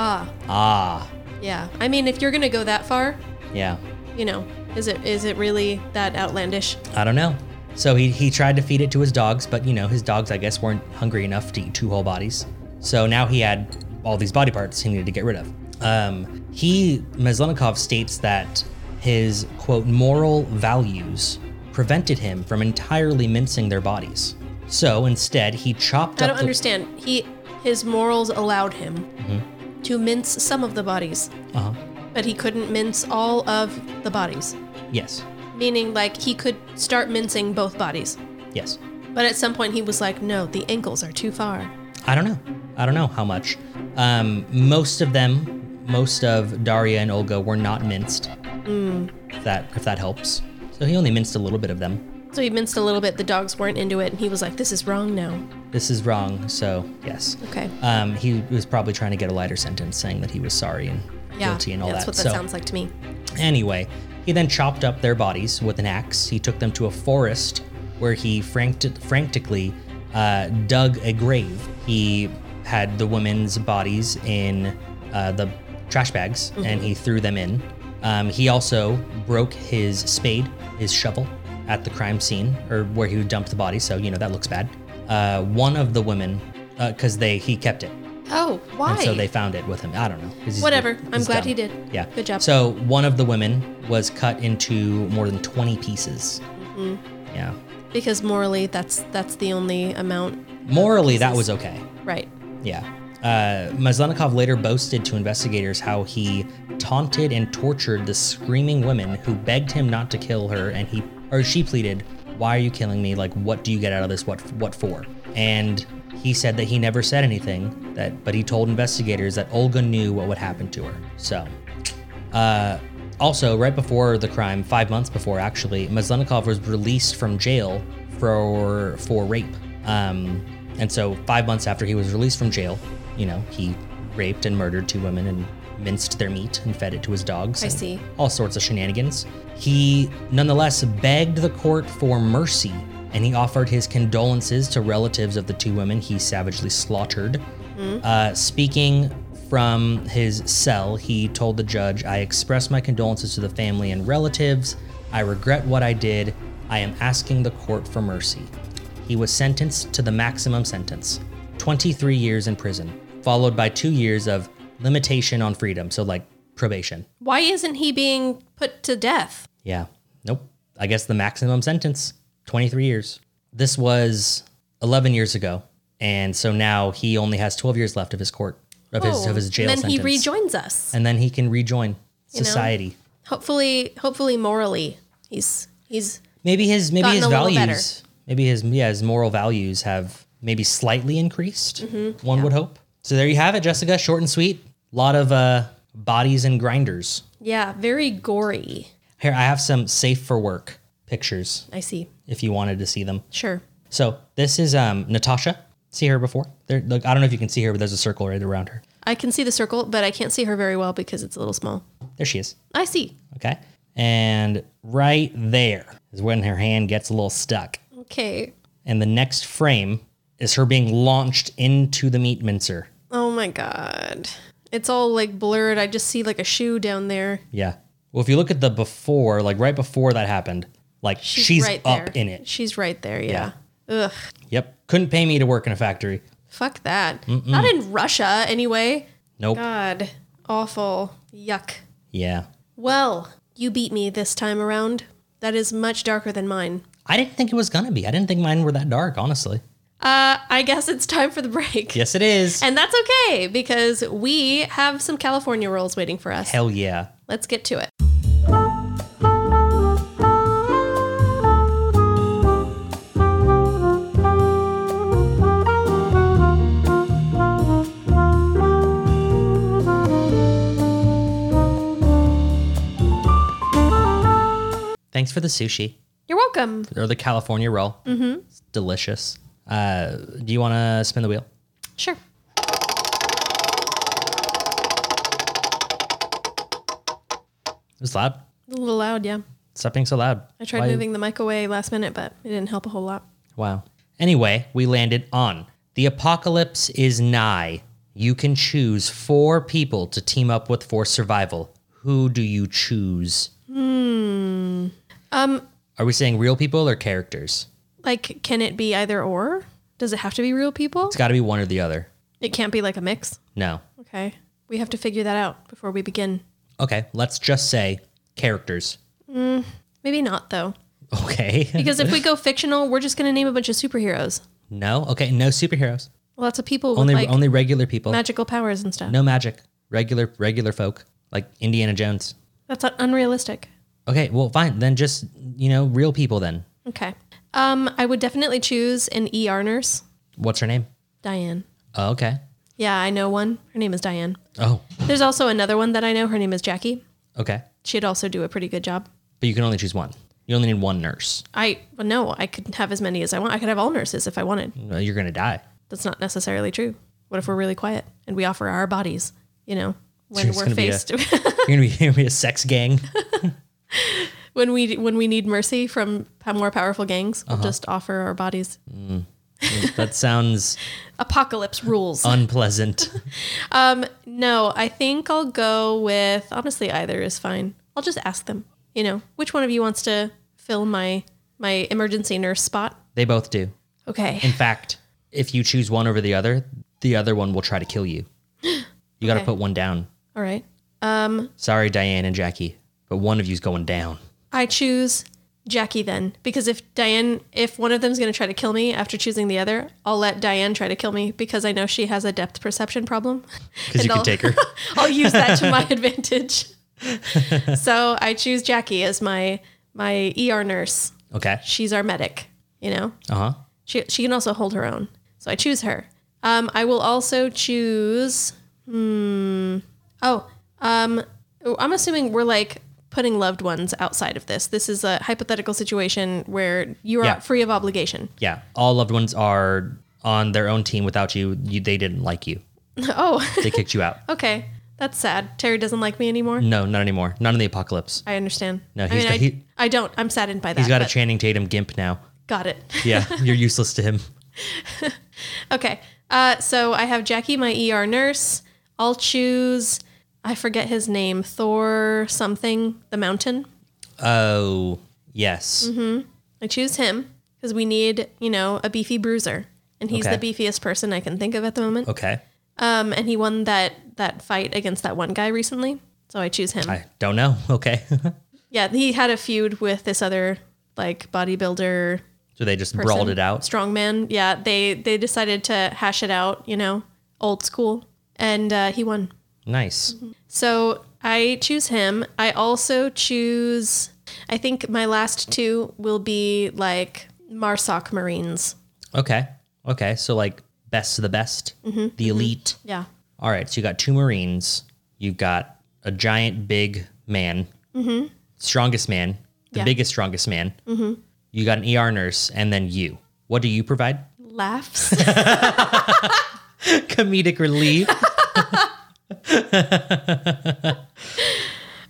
Speaker 2: Ah.
Speaker 1: Yeah. I mean, if you're gonna go that far,
Speaker 2: Ah, yeah.
Speaker 1: you know, is it is it really that outlandish?
Speaker 2: I don't know. So he, he tried to feed it to his dogs, but you know, his dogs, I guess, weren't hungry enough to eat two whole bodies. So now he had all these body parts he needed to get rid of. Um, he, Meslenikov states that his, quote, moral values prevented him from entirely mincing their bodies. So instead, he chopped
Speaker 1: I
Speaker 2: up
Speaker 1: don't
Speaker 2: the-
Speaker 1: understand. He his morals allowed him
Speaker 2: Mm-hmm.
Speaker 1: to mince some of the bodies,
Speaker 2: Uh-huh.
Speaker 1: but he couldn't mince all of the bodies.
Speaker 2: Yes.
Speaker 1: Meaning, like he could start mincing both bodies,
Speaker 2: Yes.
Speaker 1: but at some point he was like, "No, the ankles are too far."
Speaker 2: I don't know. I don't know how much. Um, most of them, most of Daria and Olga were not minced.
Speaker 1: Mm.
Speaker 2: If that if that helps. So he only minced a little bit of them.
Speaker 1: So he minced a little bit. The dogs weren't into it, and he was like, "This is wrong now."
Speaker 2: This is wrong. So yes.
Speaker 1: Okay.
Speaker 2: Um, he was probably trying to get a lighter sentence, saying that he was sorry and
Speaker 1: Yeah,
Speaker 2: guilty and all
Speaker 1: that's
Speaker 2: that.
Speaker 1: what that
Speaker 2: so
Speaker 1: sounds like to me.
Speaker 2: anyway, he then chopped up their bodies with an axe. He took them to a forest where he franct- frantically uh, dug a grave. He had the women's bodies in uh, the trash bags and he threw them in. Um, he also broke his spade, his shovel, at the crime scene or where he dumped the body. So you know that looks bad. Uh, one of the women, because they he kept it.
Speaker 1: Oh, why?
Speaker 2: And so they found it with him. I don't know. 'cause he's-
Speaker 1: Whatever. I'm
Speaker 2: he's
Speaker 1: glad he did.
Speaker 2: Yeah.
Speaker 1: Good job.
Speaker 2: So one of the women was cut into more than 20 pieces.
Speaker 1: Mm-hmm.
Speaker 2: Yeah.
Speaker 1: because morally, that's that's the only amount,
Speaker 2: Morally, that was okay.
Speaker 1: right?
Speaker 2: Yeah. Uh, Maslenikov later boasted to investigators how he taunted and tortured the screaming women who begged him not to kill her, and he or she pleaded, "Why are you killing me? Like, what do you get out of this? What what for?" And he said that he never said anything, that but he told investigators that Olga knew what would happen to her. So, uh, also right before the crime, five months before actually, Maslenikov was released from jail for for rape. Um, and so five months after he was released from jail, you know, he raped and murdered two women and minced their meat and fed it to his dogs.
Speaker 1: I
Speaker 2: and
Speaker 1: see.
Speaker 2: All sorts of shenanigans. He nonetheless begged the court for mercy and he offered his condolences to relatives of the two women he savagely slaughtered. Uh, speaking from his cell, he told the judge, I express my condolences to the family and relatives. I regret what I did. I am asking the court for mercy. He was sentenced to the maximum sentence 23 years in prison, followed by two years of limitation on freedom, so like probation.
Speaker 1: Why isn't he being put to death?
Speaker 2: Yeah. Nope. I guess the maximum sentence 23 years. This was 11 years ago. And so now he only has 12 years left of his court, of, his,
Speaker 1: Oh,
Speaker 2: of his jail
Speaker 1: and then
Speaker 2: sentence.
Speaker 1: he rejoins us.
Speaker 2: and then he can rejoin
Speaker 1: know?
Speaker 2: society.
Speaker 1: Hopefully, hopefully, morally, he's he's
Speaker 2: Maybe his maybe
Speaker 1: Gotten
Speaker 2: his
Speaker 1: a little better.
Speaker 2: values, maybe his yeah his moral values have maybe slightly increased.
Speaker 1: Mm-hmm.
Speaker 2: One would hope. So there you have it, Jessica. Short and sweet. A lot of uh, bodies and grinders.
Speaker 1: yeah, very gory.
Speaker 2: Here I have some safe for work pictures
Speaker 1: I see.
Speaker 2: if you wanted to see them.
Speaker 1: Sure.
Speaker 2: So this is um, Natasha. See her before? There, look, I don't know if you can see her, but there's a circle right around her.
Speaker 1: I can see the circle, but I can't see her very well because it's a little small.
Speaker 2: There she is.
Speaker 1: I see.
Speaker 2: Okay, and right there is when her hand gets a little stuck.
Speaker 1: Okay.
Speaker 2: and the next frame is her being launched into the meat mincer.
Speaker 1: Oh my god. It's all like blurred. I just see like a shoe down there.
Speaker 2: Yeah. Well, if you look at the before, like right before that happened, like she's,
Speaker 1: right
Speaker 2: up
Speaker 1: there.
Speaker 2: in it.
Speaker 1: She's right there. Yeah. Ugh.
Speaker 2: Yep. Couldn't pay me to work in a factory.
Speaker 1: Fuck that. Not in Russia anyway.
Speaker 2: Nope.
Speaker 1: God. Awful. Yuck.
Speaker 2: Yeah.
Speaker 1: Well, you beat me this time around. That is much darker than mine.
Speaker 2: I didn't think it was gonna be. I didn't think mine were that dark, honestly.
Speaker 1: Uh, I guess it's time for the break.
Speaker 2: Yes, it is.
Speaker 1: And that's okay because we have some California rolls waiting for us.
Speaker 2: Hell yeah.
Speaker 1: Let's get to it.
Speaker 2: Thanks for the sushi
Speaker 1: You're welcome.
Speaker 2: or the California roll. Mm-hmm. It's delicious. Uh, do you want to spin the wheel?
Speaker 1: Sure.
Speaker 2: It was loud.
Speaker 1: A little loud, yeah.
Speaker 2: Stop being so loud.
Speaker 1: I tried
Speaker 2: Why-
Speaker 1: moving the mic away last minute, but it didn't help a whole lot.
Speaker 2: Wow. Anyway, we landed on the apocalypse is nigh. You can choose four people to team up with for survival. Who do you choose? Hmm. Um.
Speaker 1: Hmm. Um.
Speaker 2: Are we saying real people or characters?
Speaker 1: Like, can it be either or? Does it have to be real people?
Speaker 2: It's got to be one or the other.
Speaker 1: It can't be like a mix.
Speaker 2: No.
Speaker 1: Okay. We have to figure that out before we begin.
Speaker 2: Okay. Let's just say characters.
Speaker 1: Maybe not, though.
Speaker 2: Okay.
Speaker 1: Because if we go fictional, we're just going to name a bunch of superheroes.
Speaker 2: no. Okay. No superheroes.
Speaker 1: Lots of people with
Speaker 2: Only
Speaker 1: like
Speaker 2: only regular people.
Speaker 1: magical powers and stuff.
Speaker 2: No magic. Regular regular folk like Indiana Jones.
Speaker 1: That's un- unrealistic.
Speaker 2: Okay. Well, fine. Then just you know real people. Then
Speaker 1: Okay. Um, I would definitely choose an ER nurse,
Speaker 2: what's her name?
Speaker 1: Diane.
Speaker 2: Oh, okay.
Speaker 1: Yeah, I know one. Her name is Diane.
Speaker 2: Oh,
Speaker 1: There's also another one that I know. Her name is Jackie.
Speaker 2: okay.
Speaker 1: She'd also do a pretty good job.
Speaker 2: But you can only choose one. You only need one nurse.
Speaker 1: I well, no, I could have as many as I want. I could have all nurses if I wanted.
Speaker 2: No, You're gonna die.
Speaker 1: That's not necessarily true. What if we're really quiet and we offer our bodies? You know, when
Speaker 2: It's
Speaker 1: we're
Speaker 2: gonna be a-
Speaker 1: faced,
Speaker 2: You're gonna be, you're gonna be a sex gang.
Speaker 1: when we when we need mercy from p- more powerful gangs,
Speaker 2: Uh-huh.
Speaker 1: we'll just offer our bodies.
Speaker 2: that sounds
Speaker 1: Apocalypse rules.
Speaker 2: Uh-huh. unpleasant.
Speaker 1: no, I think I'll go with honestly either is fine. I'll just ask them. You know, which one of you wants to fill my my emergency nurse spot?
Speaker 2: They both do.
Speaker 1: Okay.
Speaker 2: In fact, if you choose one over the other, the other one will try to kill you. You gotta
Speaker 1: Okay.
Speaker 2: put one down.
Speaker 1: All right.
Speaker 2: Sorry, Diane and Jackie, but one of you's going down.
Speaker 1: I choose Jackie then because if Diane, if one of them's going to try to kill me after choosing the other, I'll let Diane try to kill me because I know she has a depth perception problem.
Speaker 2: Because you
Speaker 1: And
Speaker 2: can
Speaker 1: I'll-
Speaker 2: take her.
Speaker 1: I'll use that to my advantage. so I choose Jackie as my my ER nurse.
Speaker 2: Okay.
Speaker 1: She's our medic. You know,
Speaker 2: Uh huh.
Speaker 1: she she can also hold her own. So I choose her. Um, I will also choose. Hmm. Oh. Um. I'm assuming we're like putting loved ones outside of this. This is a hypothetical situation where you are
Speaker 2: Yeah.
Speaker 1: free of obligation.
Speaker 2: Yeah. All loved ones are on their own team without you. you they didn't like you.
Speaker 1: Oh.
Speaker 2: They kicked you out.
Speaker 1: okay. That's sad. Terry doesn't like me anymore.
Speaker 2: No, not anymore. Not in the apocalypse.
Speaker 1: I understand.
Speaker 2: Mm. No,
Speaker 1: I
Speaker 2: he's got-
Speaker 1: I,
Speaker 2: he-
Speaker 1: I don't. I'm saddened by that.
Speaker 2: He's got a
Speaker 1: but
Speaker 2: Channing Tatum gimp now.
Speaker 1: Got it.
Speaker 2: Yeah, you're useless to him.
Speaker 1: Okay. Uh, so I have Jackie, my ER nurse. I'll choose, I forget his name, Thor something, the mountain.
Speaker 2: Oh, yes.
Speaker 1: Mm-hmm. I choose him because we need, you know, a beefy bruiser. And he's
Speaker 2: Okay.
Speaker 1: the beefiest person I can think of at the moment.
Speaker 2: Okay.
Speaker 1: Um, and he won that, that fight against that one guy recently. So I choose him.
Speaker 2: I don't know. Okay.
Speaker 1: yeah, he had a feud with this other, like, bodybuilder
Speaker 2: so they just
Speaker 1: person,
Speaker 2: brawled it out.
Speaker 1: Strongman. Yeah, they, they decided to hash it out, you know, old school. And uh, he won.
Speaker 2: Nice.
Speaker 1: Mm-hmm. So I choose him. I also choose, I think my last two will be like Marsoc Marines.
Speaker 2: Okay. Okay. So, like, best of the best,
Speaker 1: Mm-hmm.
Speaker 2: the elite.
Speaker 1: Yeah.
Speaker 2: All right. So, you got two Marines. You've got a giant, big man, strongest man, the
Speaker 1: Mm-hmm. Yeah. Mm-hmm.
Speaker 2: biggest, strongest man. You got an ER nurse, and then you. What do you provide?
Speaker 1: Laughs.
Speaker 2: Comedic relief.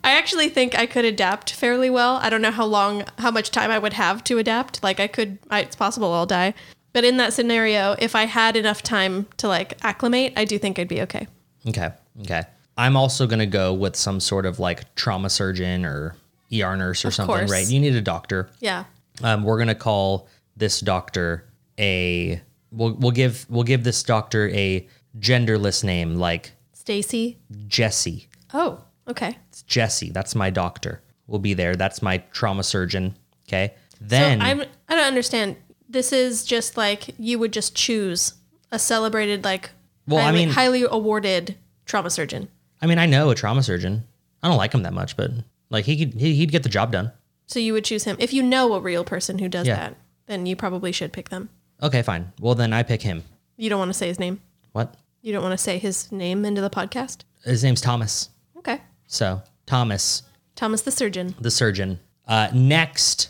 Speaker 1: I actually think I could adapt fairly well. I don't know how long, how much time I would have to adapt. Like I could, I, it's possible I'll die. But in that scenario, if I had enough time to like acclimate, I do think I'd be okay.
Speaker 2: Okay. Okay. I'm also going to go with some sort of like trauma surgeon or ER nurse or something,
Speaker 1: course.
Speaker 2: right? You need a doctor.
Speaker 1: Yeah.
Speaker 2: Um, we're going to call this doctor a we'll we'll give we'll give this doctor a genderless name like
Speaker 1: Stacy.
Speaker 2: Jesse.
Speaker 1: Oh, okay.
Speaker 2: It's Jesse. That's my doctor. We'll be there. That's my trauma surgeon, okay?
Speaker 1: So
Speaker 2: Then
Speaker 1: I'm, I don't understand. This is just like you would just choose a celebrated, like
Speaker 2: Well, I
Speaker 1: highly,
Speaker 2: mean-
Speaker 1: highly awarded trauma surgeon.
Speaker 2: I mean, I know a trauma surgeon. I don't like him that much, but like he could he, he'd get the job done.
Speaker 1: So you would choose him if you know a real person who does
Speaker 2: Yeah.
Speaker 1: that. Then you probably should pick them.
Speaker 2: Okay, fine. Well, then I pick him.
Speaker 1: You don't want to say his name.
Speaker 2: What?
Speaker 1: You don't want to say his name into the podcast.
Speaker 2: His name's Thomas.
Speaker 1: Okay.
Speaker 2: So, Thomas
Speaker 1: Thomas the surgeon.
Speaker 2: the surgeon. Uh, next,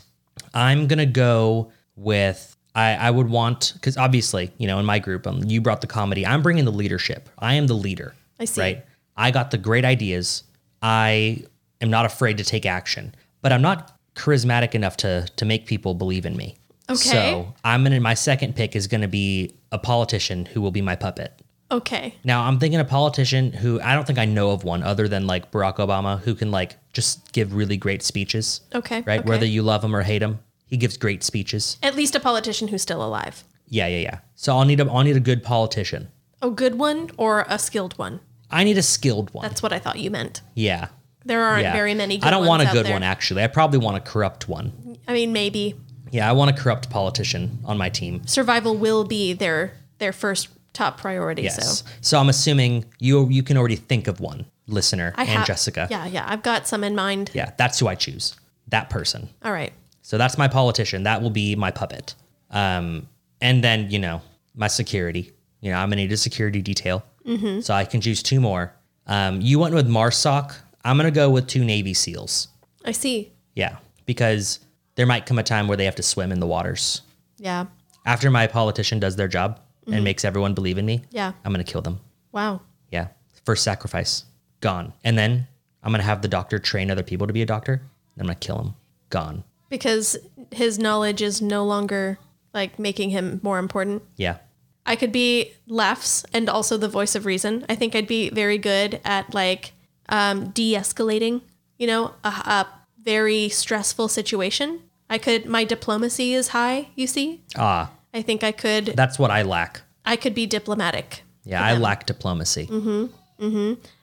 Speaker 2: I'm gonna go with I, I would want because obviously you know in my group um, you brought the comedy. I'm bringing the leadership. I am the leader.
Speaker 1: I see.
Speaker 2: Right. I got the great ideas. I am not afraid to take action, but I'm not charismatic enough to to make people believe in me.
Speaker 1: Okay.
Speaker 2: So I'm gonna my second pick is gonna be a politician who will be my puppet.
Speaker 1: Okay.
Speaker 2: Now I'm thinking a politician who I don't think I know of one other than like Barack Obama who can like just give really great speeches.
Speaker 1: Okay,
Speaker 2: Right.
Speaker 1: Oh, okay.
Speaker 2: Whether you love him or hate him, he gives great speeches.
Speaker 1: At least a politician who's still alive.
Speaker 2: Yeah, yeah, yeah. So I'll need a I'll need a good politician.
Speaker 1: A good one or a skilled one?
Speaker 2: I need a skilled one.
Speaker 1: That's what I thought you meant.
Speaker 2: yeah.
Speaker 1: There aren't
Speaker 2: Yeah.
Speaker 1: very many. Good
Speaker 2: I don't
Speaker 1: ones
Speaker 2: want a
Speaker 1: out
Speaker 2: good
Speaker 1: there.
Speaker 2: one actually. I probably want a corrupt one.
Speaker 1: I mean, maybe
Speaker 2: Yeah, I want a corrupt politician on my team.
Speaker 1: survival will be their their first top priority.
Speaker 2: Yes.
Speaker 1: So
Speaker 2: So, I'm assuming you you can already think of one listener
Speaker 1: I
Speaker 2: and
Speaker 1: have-
Speaker 2: Jessica.
Speaker 1: Yeah, yeah. I've got some in mind.
Speaker 2: Yeah, that's who I choose. That person.
Speaker 1: All right.
Speaker 2: So that's my politician. That will be my puppet. Um, and then you know my security. You know I'm gonna need a security detail. So I can choose two more. Um, you went with Marsoc. I'm gonna go with two Navy SEALs.
Speaker 1: I see.
Speaker 2: Yeah, because there might come a time where they have to swim in the waters.
Speaker 1: Yeah.
Speaker 2: After my politician does their job and makes everyone believe in me,
Speaker 1: Yeah.
Speaker 2: I'm gonna kill them.
Speaker 1: Wow.
Speaker 2: Yeah. First sacrifice, gone. And then I'm going to have the doctor train other people to be a doctor. And I'm going to kill him, gone.
Speaker 1: Because his knowledge is no longer like making him more important.
Speaker 2: Yeah.
Speaker 1: I could be laughs and also the voice of reason. I think I'd be very good at like um, de-escalating, you know, a, a very stressful situation. I could my diplomacy is high. You see,
Speaker 2: Ah,
Speaker 1: I think I could
Speaker 2: that's what I lack.
Speaker 1: I could be diplomatic.
Speaker 2: Yeah, I lack diplomacy.
Speaker 1: Mm-hmm.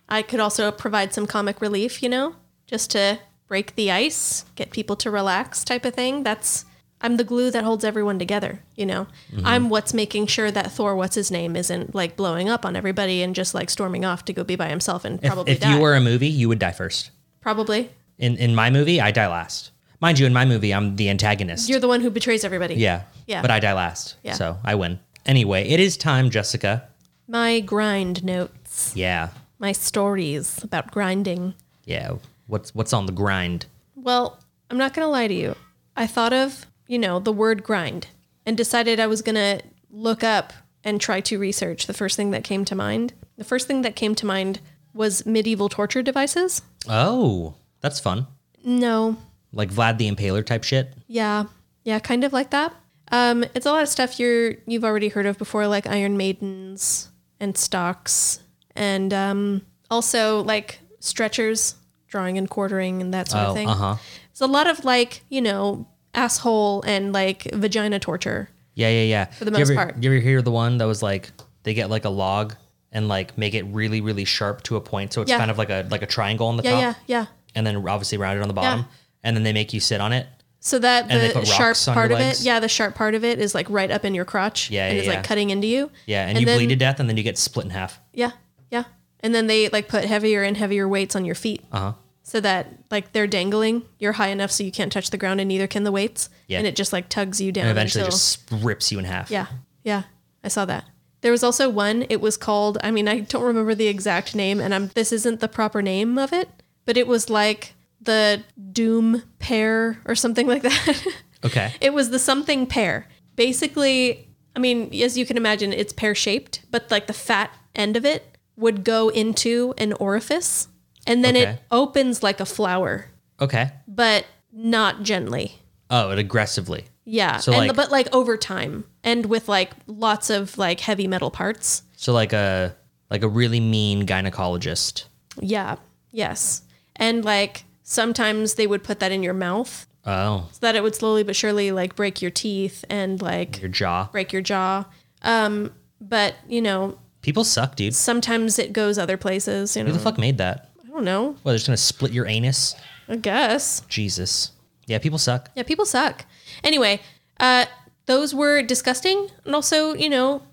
Speaker 1: I could also provide some comic relief, you know, just to break the ice, get people to relax, type of thing. That's I'm the glue that holds everyone together, you know.
Speaker 2: Mm-hmm.
Speaker 1: I'm what's making sure that Thor, what's his name, isn't like blowing up on everybody and just like storming off to go be by himself and
Speaker 2: If,
Speaker 1: probably
Speaker 2: if
Speaker 1: die.
Speaker 2: you were a movie, you would die first.
Speaker 1: probably
Speaker 2: In in my movie, I die last. Mind you, in my movie, I'm the antagonist.
Speaker 1: you're the one who betrays everybody.
Speaker 2: yeah.
Speaker 1: Yeah.
Speaker 2: But I die last.
Speaker 1: Yeah.
Speaker 2: So I win. Anyway, it is time, Jessica.
Speaker 1: My grind notes,
Speaker 2: Yeah.
Speaker 1: my stories about grinding.
Speaker 2: Yeah. What's what's on the grind?
Speaker 1: Well, I'm not going to lie to you. I thought of, you know, the word grind and decided I was going to look up and try to research the first thing that came to mind. The first thing that came to mind was medieval torture devices.
Speaker 2: Oh, that's fun.
Speaker 1: No.
Speaker 2: Like Vlad the Impaler type shit.
Speaker 1: Yeah. Yeah, kind of like that. Um, it's a lot of stuff you're you've already heard of before, like Iron Maidens and stocks, and um, also like stretchers, drawing and quartering, and that sort of
Speaker 2: Oh,
Speaker 1: thing.
Speaker 2: uh huh.
Speaker 1: It's a lot of like, you know, asshole and like vagina torture.
Speaker 2: Yeah, yeah, yeah. For
Speaker 1: the
Speaker 2: you
Speaker 1: most
Speaker 2: ever,
Speaker 1: part.
Speaker 2: You ever hear the one that was like they get like a log and like make it really, really sharp to a point, so it's
Speaker 1: Yeah.
Speaker 2: kind of like a like a triangle on the
Speaker 1: Yeah,
Speaker 2: top,
Speaker 1: yeah, yeah.
Speaker 2: and then obviously rounded on the bottom, and then they make you sit on it.
Speaker 1: So that
Speaker 2: And they
Speaker 1: the
Speaker 2: put
Speaker 1: sharp
Speaker 2: rocks on your
Speaker 1: part of it,
Speaker 2: legs?
Speaker 1: yeah, the sharp part of it is like right up in your crotch.
Speaker 2: Yeah,
Speaker 1: and
Speaker 2: yeah,
Speaker 1: it's
Speaker 2: yeah.
Speaker 1: like cutting into you.
Speaker 2: Yeah, and,
Speaker 1: And
Speaker 2: you
Speaker 1: then-
Speaker 2: bleed to death, and then you get split in half.
Speaker 1: Yeah, yeah. And then they like put heavier and heavier weights on your feet. Uh-huh. So that like they're dangling, you're high enough so you can't touch the ground and neither can the weights.
Speaker 2: Yeah.
Speaker 1: And it just like tugs you down
Speaker 2: And eventually,
Speaker 1: until
Speaker 2: just rips you in half.
Speaker 1: Yeah. Yeah. I saw that. There was also one, it was called, I mean, I don't remember the exact name, and I'm this isn't the proper name of it, but it was like the Doom Pair or something like that.
Speaker 2: Okay.
Speaker 1: it was the something pair. Basically, I mean, as you can imagine, it's pear shaped, but like the fat end of it would go into an orifice, and then it
Speaker 2: Okay.
Speaker 1: opens like a flower,
Speaker 2: Okay.
Speaker 1: but not gently.
Speaker 2: Oh, it aggressively.
Speaker 1: Yeah.
Speaker 2: So,
Speaker 1: and
Speaker 2: like-
Speaker 1: the- but like over time and with like lots of like heavy metal parts.
Speaker 2: So like a like a really mean gynecologist.
Speaker 1: Yeah. Yes. And like sometimes they would put that in your mouth
Speaker 2: Oh,
Speaker 1: so that it would slowly but surely like break your teeth and like
Speaker 2: your jaw.
Speaker 1: break your jaw. Um but, you know,
Speaker 2: People suck, dude.
Speaker 1: sometimes it goes other places, you know.
Speaker 2: Who the fuck made that?
Speaker 1: I don't know.
Speaker 2: Well, they're just gonna split your anus.
Speaker 1: I guess.
Speaker 2: Jesus. Yeah, people suck.
Speaker 1: Yeah, people suck. Anyway, uh, those were disgusting and also, you know,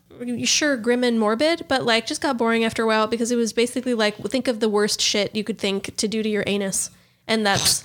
Speaker 1: sure grim and morbid, but like just got boring after a while because it was basically like think of the worst shit you could think to do to your anus, and that's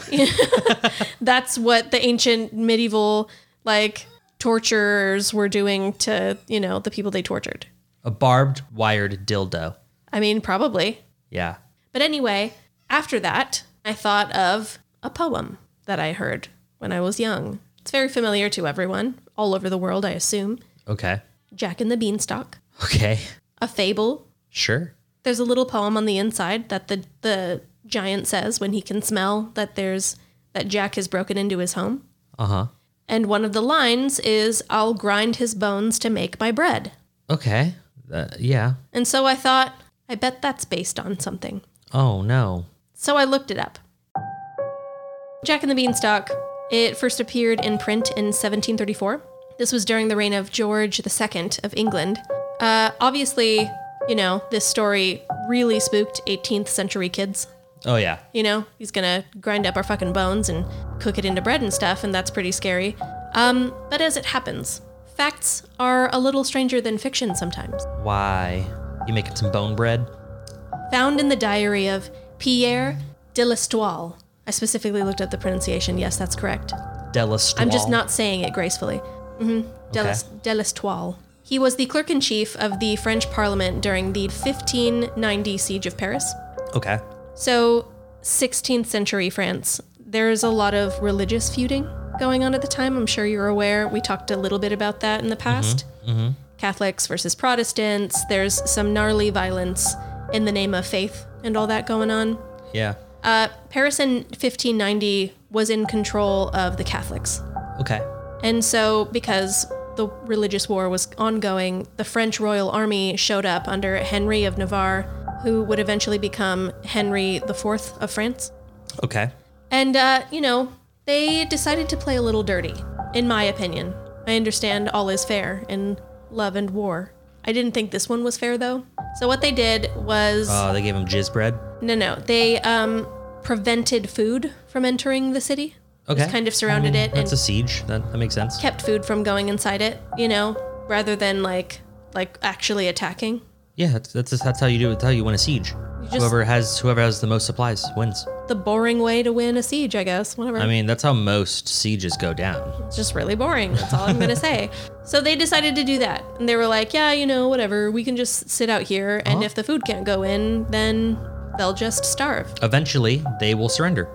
Speaker 1: that's what the ancient medieval like torturers were doing to you know the people they tortured.
Speaker 2: A barbed wired dildo.
Speaker 1: I mean, probably.
Speaker 2: Yeah.
Speaker 1: But anyway, after that, I thought of a poem. that I heard when I was young. It's very familiar to everyone all over the world, I assume.
Speaker 2: Okay.
Speaker 1: Jack and the Beanstalk,
Speaker 2: Okay.
Speaker 1: a fable.
Speaker 2: Sure.
Speaker 1: There's a little poem on the inside that the the giant says when he can smell that there's that Jack has broken into his home.
Speaker 2: Uh huh.
Speaker 1: And one of the lines is, I'll grind his bones to make my bread.
Speaker 2: Okay. Uh, yeah.
Speaker 1: And so I thought, I bet that's based on something.
Speaker 2: Oh no.
Speaker 1: So I looked it up. Jack and the Beanstalk. It first appeared in print in 1734. This was during the reign of George II of England. Uh, obviously, you know, this story really spooked 18th century kids.
Speaker 2: Oh yeah.
Speaker 1: You know, he's gonna grind up our fucking bones and cook it into bread and stuff, and that's pretty scary. Um, but as it happens, facts are a little stranger than fiction sometimes.
Speaker 2: Why? You making some bone bread?
Speaker 1: Found in the diary of Pierre de l'Estoile. I specifically looked up the pronunciation. Yes, that's correct.
Speaker 2: Delis.
Speaker 1: I'm just not saying it gracefully. Mm-hmm. De
Speaker 2: Okay.
Speaker 1: l'Es- de l'Estoile. He was the clerk in chief of the French Parliament during the 1590 siege of Paris.
Speaker 2: Okay.
Speaker 1: So, 16th century France, there's a lot of religious feuding going on at the time. I'm sure you're aware. We talked a little bit about that in the past. Catholics versus Protestants. There's some gnarly violence in the name of faith and all that going on.
Speaker 2: Yeah.
Speaker 1: Uh, Paris in 1590 was in control of the Catholics.
Speaker 2: Okay.
Speaker 1: And so, because the religious war was ongoing, the French royal army showed up under Henry of Navarre, who would eventually become Henry IV of France.
Speaker 2: Okay.
Speaker 1: And, uh, you know, they decided to play a little dirty, in my opinion. I understand all is fair in love and war. I didn't think this one was fair, though. So, what they did was
Speaker 2: Oh, they gave him jizz bread.
Speaker 1: no, no, they um, prevented food from entering the city.
Speaker 2: Okay.
Speaker 1: Just kind of surrounded it and
Speaker 2: That's a siege. That, that makes sense.
Speaker 1: kept food from going inside it, you know, rather than like like actually attacking.
Speaker 2: Yeah, that's that's, just, that's how you do. it. That's how you win a siege.
Speaker 1: just-
Speaker 2: whoever has whoever has the most supplies wins.
Speaker 1: The boring way to win a siege, I guess. Whatever.
Speaker 2: I mean, that's how most sieges go down.
Speaker 1: it's just really boring. That's all I'm gonna say. So they decided to do that, and they were like, "Yeah, you know, whatever. We can just sit out here, and if the food can't go in, then they'll just starve
Speaker 2: Eventually, they will surrender.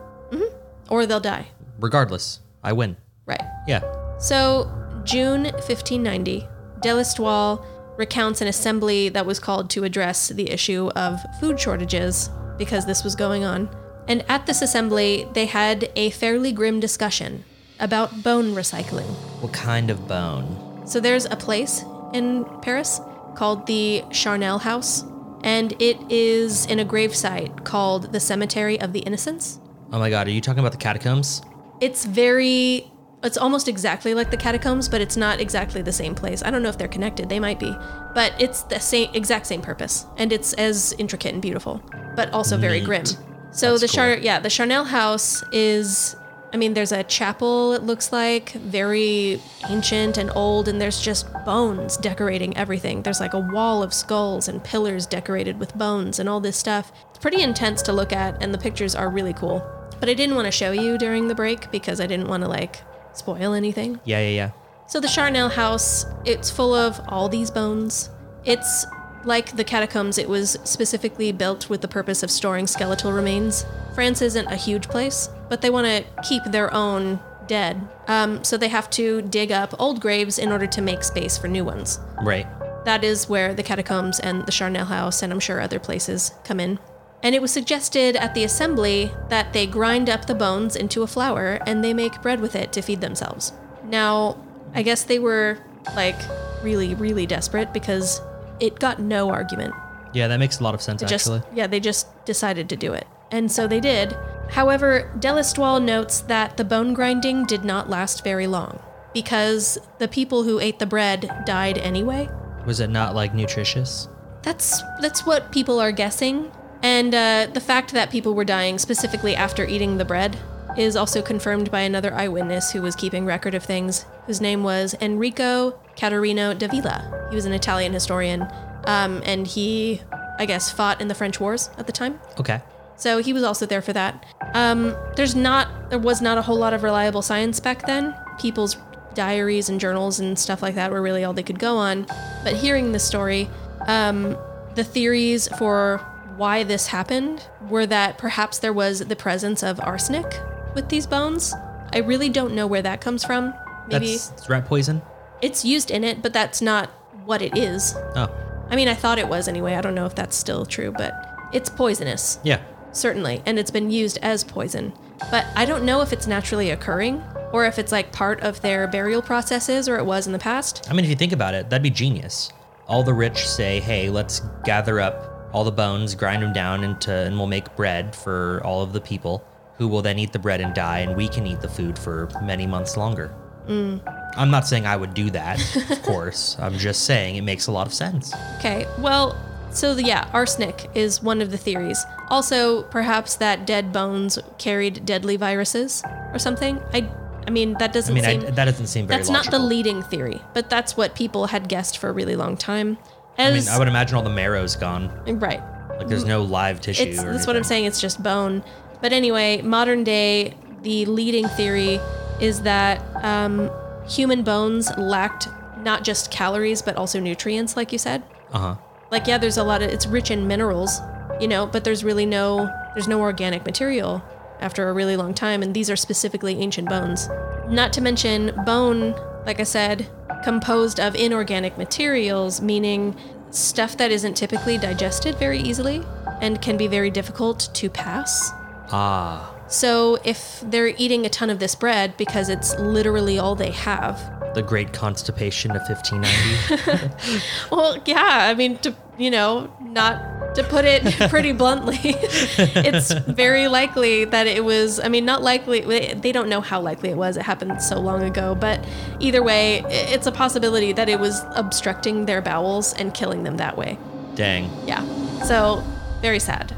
Speaker 1: or they'll die."
Speaker 2: Regardless, I win.
Speaker 1: Right.
Speaker 2: Yeah.
Speaker 1: So, June 1590, de l'Estoile recounts an assembly that was called to address the issue of food shortages because this was going on. And at this assembly, they had a fairly grim discussion about bone recycling.
Speaker 2: What kind of bone?
Speaker 1: So, there's a place in Paris called the Charnel House, and it is in a gravesite called the Cemetery of the Innocents.
Speaker 2: Oh my God, are you talking about the catacombs?
Speaker 1: It's very it's almost exactly like the catacombs, but it's not exactly the same place. I don't know if they're connected. They might be. But it's the same exact same purpose. And it's as intricate and beautiful, but also very grim. So the Char yeah, the Charnel house is I mean, there's a chapel it looks like, very ancient and old, and there's just bones decorating everything. There's like a wall of skulls and pillars decorated with bones and all this stuff. It's pretty intense to look at and the pictures are really cool. But I didn't want to show you during the break because I didn't want to like spoil anything.
Speaker 2: Yeah, yeah, yeah.
Speaker 1: So the Charnel house, it's full of all these bones. It's like the catacombs, it was specifically built with the purpose of storing skeletal remains. France isn't a huge place, but they want to keep their own dead. Um, so they have to dig up old graves in order to make space for new ones.
Speaker 2: Right.
Speaker 1: That is where the catacombs and the Charnel House, and I'm sure other places, come in. And it was suggested at the assembly that they grind up the bones into a flour and they make bread with it to feed themselves. Now, I guess they were like really, really desperate because it got no argument.
Speaker 2: Yeah, that makes a lot of sense
Speaker 1: Just
Speaker 2: actually.
Speaker 1: yeah, they just decided to do it, and so they did. However, Delestoile notes that the bone grinding did not last very long because the people who ate the bread died anyway.
Speaker 2: Was it not like nutritious?
Speaker 1: That's that's what people are guessing, and uh, the fact that people were dying specifically after eating the bread is also confirmed by another eyewitness who was keeping record of things, whose name was Enrico Caterino Davila. He was an Italian historian, um, and he, I guess, fought in the French Wars at the time.
Speaker 2: Okay.
Speaker 1: So he was also there for that. Um, there's not, there was not a whole lot of reliable science back then. People's diaries and journals and stuff like that were really all they could go on. But hearing this story, um, the theories for why this happened were that perhaps there was the presence of arsenic with these bones. I really don't know where that comes from. Maybe
Speaker 2: That's it's rat poison.
Speaker 1: it's used in it, but that's not what it is.
Speaker 2: Oh,
Speaker 1: I mean, I thought it was anyway. I don't know if that's still true, but it's poisonous,
Speaker 2: yeah.
Speaker 1: certainly, and it's been used as poison. But I don't know if it's naturally occurring or if it's like part of their burial processes or it was in the past.
Speaker 2: I mean, if you think about it, that'd be genius. All the rich say, "Hey, let's gather up all the bones, grind them down into, and we'll make bread for all of the people, who will then eat the bread and die, and we can eat the food for many months longer."
Speaker 1: Mm.
Speaker 2: I'm not saying I would do that, of course. I'm just saying it makes a lot of sense.
Speaker 1: Okay, well, so the, yeah, arsenic is one of the theories. Also, perhaps that dead bones carried deadly viruses or something. I, I mean, that
Speaker 2: I
Speaker 1: doesn't
Speaker 2: mean, I,
Speaker 1: seem.
Speaker 2: that doesn't seem very.
Speaker 1: that's
Speaker 2: logical.
Speaker 1: not the leading theory, but that's what people had guessed for a really long time.
Speaker 2: I mean,
Speaker 1: As
Speaker 2: I would imagine all the marrow's gone.
Speaker 1: right,
Speaker 2: Like, there's no live tissue.
Speaker 1: It's,
Speaker 2: or
Speaker 1: that's what I'm
Speaker 2: anything.
Speaker 1: saying. It's just bone. But anyway, modern day, the leading theory is that um, human bones lacked not just calories, but also nutrients, like you said.
Speaker 2: Uh-huh.
Speaker 1: Like, yeah, there's a lot of, it's rich in minerals, you know, but there's really no, there's no organic material after a really long time. And these are specifically ancient bones. Not to mention bone, like I said, composed of inorganic materials, meaning stuff that isn't typically digested very easily and can be very difficult to pass.
Speaker 2: Ah,
Speaker 1: So if they're eating a ton of this bread because it's literally all they have,
Speaker 2: the great constipation of 1590.
Speaker 1: well, yeah, I mean, to, you know, not to put it pretty bluntly, it's very likely that it was, I mean, not likely, they don't know how likely it was. It happened so long ago, but either way, i- it's a possibility that it was obstructing their bowels and killing them that way.
Speaker 2: Dang.
Speaker 1: Yeah. So very sad.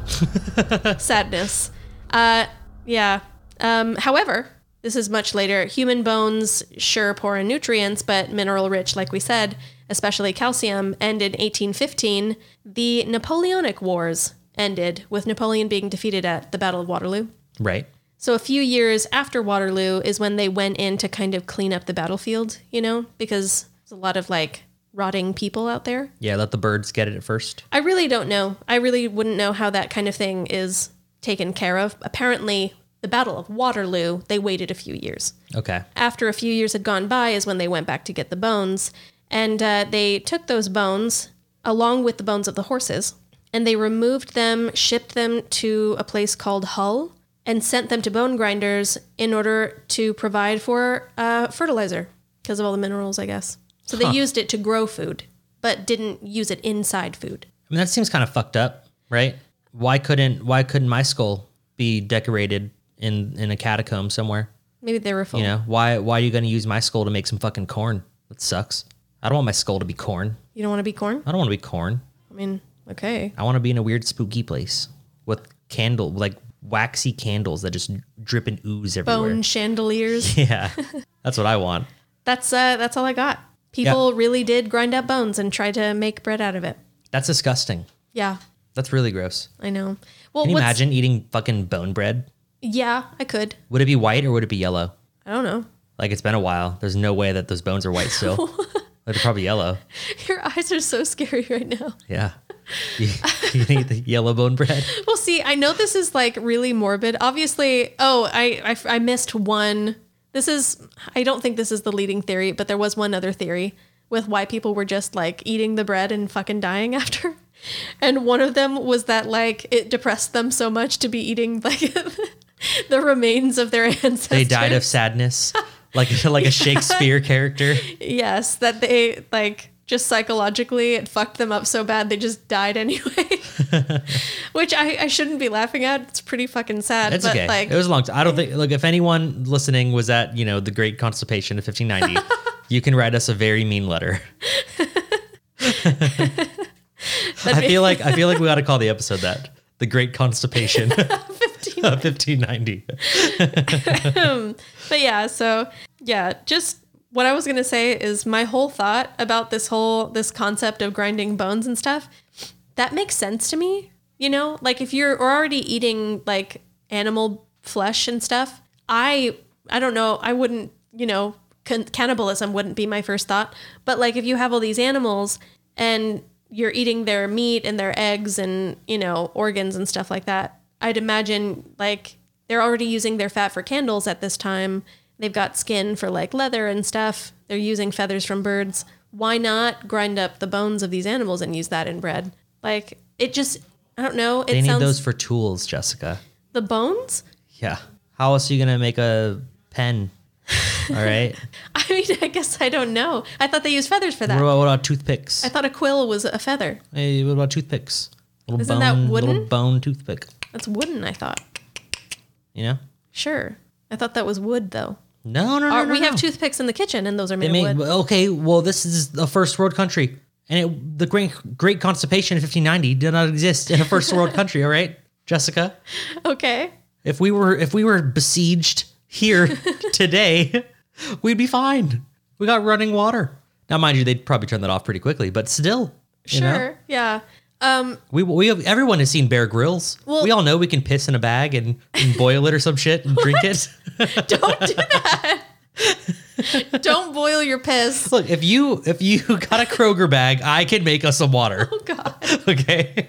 Speaker 1: Sadness. Uh, yeah. Um, however, this is much later. Human bones, sure, poor in nutrients, but mineral rich, like we said, especially calcium. And in 1815, the Napoleonic Wars ended, with Napoleon being defeated at the Battle of Waterloo.
Speaker 2: Right.
Speaker 1: So a few years after Waterloo is when they went in to kind of clean up the battlefield, you know, because there's a lot of like rotting people out there.
Speaker 2: Yeah, let the birds get it at first.
Speaker 1: I really don't know. I really wouldn't know how that kind of thing is taken care of. Apparently, the Battle of Waterloo, they waited a few years.
Speaker 2: Okay.
Speaker 1: After a few years had gone by, is when they went back to get the bones. And uh, they took those bones along with the bones of the horses and they removed them, shipped them to a place called Hull, and sent them to bone grinders in order to provide for uh, fertilizer because of all the minerals, I guess. So they used it to grow food, but didn't use it inside food.
Speaker 2: I mean, that seems kind of fucked up, right? Why couldn't Why couldn't my skull be decorated in in a catacomb somewhere?
Speaker 1: Maybe they were full.
Speaker 2: You know, why Why are you going to use my skull to make some fucking corn? That sucks. I don't want my skull to be corn.
Speaker 1: You don't want to be corn?
Speaker 2: I don't want to be corn.
Speaker 1: I mean, okay.
Speaker 2: I want to be in a weird spooky place with candle like waxy candles that just drip and ooze everywhere.
Speaker 1: Bone chandeliers.
Speaker 2: Yeah, that's what I want.
Speaker 1: That's uh that's all I got. People really did grind up bones and try to make bread out of it.
Speaker 2: That's disgusting.
Speaker 1: Yeah,
Speaker 2: That's really gross.
Speaker 1: I know. Well,
Speaker 2: Can you
Speaker 1: what's-
Speaker 2: imagine eating fucking bone bread?
Speaker 1: Yeah, I could.
Speaker 2: Would it be white or would it be yellow?
Speaker 1: I don't know.
Speaker 2: Like it's been a while. There's no way that those bones are white still. like they're probably yellow.
Speaker 1: Your eyes are so scary right now.
Speaker 2: Yeah. You, you can eat the yellow bone bread.
Speaker 1: Well, see, I know this is like really morbid. Obviously, oh, I, I I missed one. This is I don't think this is the leading theory, but there was one other theory with why people were just like eating the bread and fucking dying after. And one of them was that like it depressed them so much to be eating like the remains of their ancestors.
Speaker 2: They died of sadness, like like a Shakespeare character.
Speaker 1: yes, that they like just psychologically it fucked them up so bad they just died anyway. Which I, I shouldn't be laughing at. It's pretty fucking sad.
Speaker 2: It's
Speaker 1: but
Speaker 2: okay.
Speaker 1: like
Speaker 2: it was a long time. I don't think. Look, if anyone listening was at you know the Great Constipation of 1590, you can write us a very mean letter. I feel like I feel like we ought to call the episode that the Great Constipation of 1590.
Speaker 1: But yeah, so yeah, just what I was gonna say is my whole thought about this whole this concept of grinding bones and stuff, that makes sense to me. You know, like if you're already eating like animal flesh and stuff, I I don't know, I wouldn't, you know, can- cannibalism wouldn't be my first thought, but like if you have all these animals and you're eating their meat and their eggs and, you know, organs and stuff like that, I'd imagine like they're already using their fat for candles at this time. They've got skin for like leather and stuff. They're using feathers from birds. Why not grind up the bones of these animals and use that in bread? Like it just I don't know. It
Speaker 2: They need
Speaker 1: sounds
Speaker 2: those for tools, Jessica.
Speaker 1: the bones?
Speaker 2: Yeah. How else are you gonna make a pen? All right.
Speaker 1: I mean, I guess I don't know. I thought they used feathers for that.
Speaker 2: what, about, what about toothpicks?
Speaker 1: I thought a quill was a feather.
Speaker 2: Hey, what about toothpicks? Little
Speaker 1: Isn't that
Speaker 2: bone, little
Speaker 1: wooden?
Speaker 2: bone toothpick.
Speaker 1: That's wooden, I thought.
Speaker 2: You know?
Speaker 1: Sure. I thought that was wood though.
Speaker 2: No, no, no.
Speaker 1: Are-
Speaker 2: no,
Speaker 1: we
Speaker 2: no.
Speaker 1: have toothpicks in the kitchen and those are made
Speaker 2: They
Speaker 1: of
Speaker 2: made,
Speaker 1: wood.
Speaker 2: okay, well, this is a first world country, and it, the great Great Constipation in 1590 did not exist in a first world country. All right, Jessica,
Speaker 1: Okay.
Speaker 2: if we were if we were besieged here today, we'd be fine. We got running water. Now, mind you, they'd probably turn that off pretty quickly, but still, you
Speaker 1: Sure.
Speaker 2: know?
Speaker 1: Yeah. Um,
Speaker 2: we we have, everyone has seen Bear Grylls.
Speaker 1: Well-
Speaker 2: we all know we can piss in a bag and, and boil it or some shit and drink it.
Speaker 1: Don't do that. Don't boil your piss.
Speaker 2: Look, if you if you got a Kroger bag, I can make us some water.
Speaker 1: Oh God.
Speaker 2: Okay.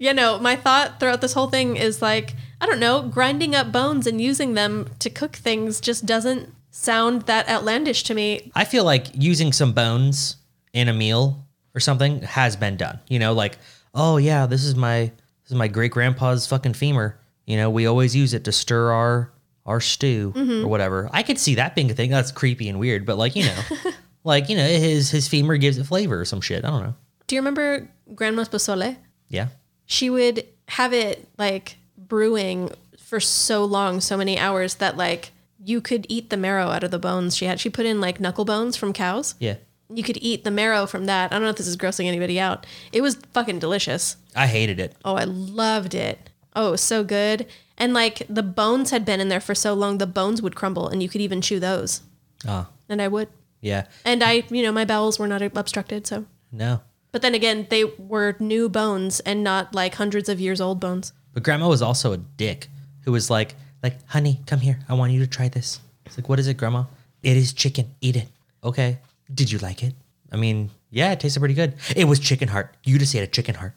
Speaker 1: You know, my thought throughout this whole thing is like, I don't know, grinding up bones and using them to cook things just doesn't sound that outlandish to me.
Speaker 2: I feel like using some bones in a meal or something has been done. You know, like, oh yeah, this is my this is my great grandpa's fucking femur. You know, we always use it to stir our our stew or whatever. I could see that being a thing. That's creepy and weird, but like, you know, like, you know, his his femur gives it flavor or some shit. I don't know.
Speaker 1: Do you remember Grandma's Pozole?
Speaker 2: Yeah.
Speaker 1: She would have it like brewing for so long, so many hours that like you could eat the marrow out of the bones she had. She put in like knuckle bones from cows.
Speaker 2: Yeah.
Speaker 1: You could eat the marrow from that. I don't know if this is grossing anybody out. It was fucking delicious.
Speaker 2: I hated it.
Speaker 1: Oh, I loved it. Oh, it was so good. And like the bones had been in there for so long, the bones would crumble and you could even chew those.
Speaker 2: Ah.
Speaker 1: And I would.
Speaker 2: Yeah.
Speaker 1: And I, you know, my bowels were not obstructed. So,
Speaker 2: No.
Speaker 1: but then again, they were new bones and not like hundreds of years old bones.
Speaker 2: But grandma was also a dick who was like, like, honey, come here. I want you to try this. It's like, what is it, grandma? It is chicken. Eat it. Okay. Did you like it? I mean, yeah, it tasted pretty good. It was chicken heart. You just ate a chicken heart.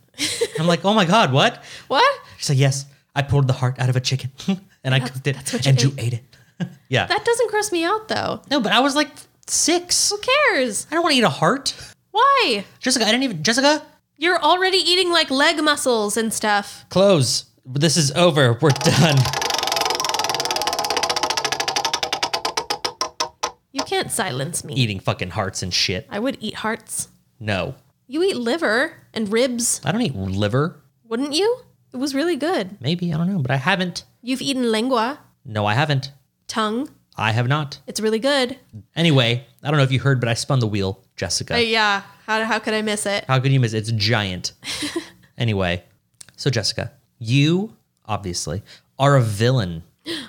Speaker 2: I'm like, oh my God, what?
Speaker 1: What?
Speaker 2: She's like, yes, I pulled the heart out of a chicken and I cooked it
Speaker 1: what you
Speaker 2: and you
Speaker 1: ate.
Speaker 2: ate it. yeah.
Speaker 1: That doesn't gross me out though.
Speaker 2: no, but I was like six.
Speaker 1: Who cares?
Speaker 2: I don't want to eat a heart.
Speaker 1: Why?
Speaker 2: Jessica, I didn't even, Jessica,
Speaker 1: You're already eating like leg muscles and stuff.
Speaker 2: close. This is over. We're done.
Speaker 1: You can't silence me.
Speaker 2: Eating fucking hearts and shit.
Speaker 1: I would eat hearts.
Speaker 2: No.
Speaker 1: You eat liver and ribs,
Speaker 2: I don't eat liver.
Speaker 1: wouldn't you? It was really good.
Speaker 2: Maybe, I don't know, but I haven't.
Speaker 1: You've eaten lengua,
Speaker 2: No, I haven't.
Speaker 1: tongue.
Speaker 2: I have not.
Speaker 1: It's really good.
Speaker 2: Anyway, I don't know if you heard, but I spun the wheel, Jessica.
Speaker 1: yeah. How, how could I miss it?
Speaker 2: How could you miss? It's giant. anyway, so Jessica, you obviously are a villain.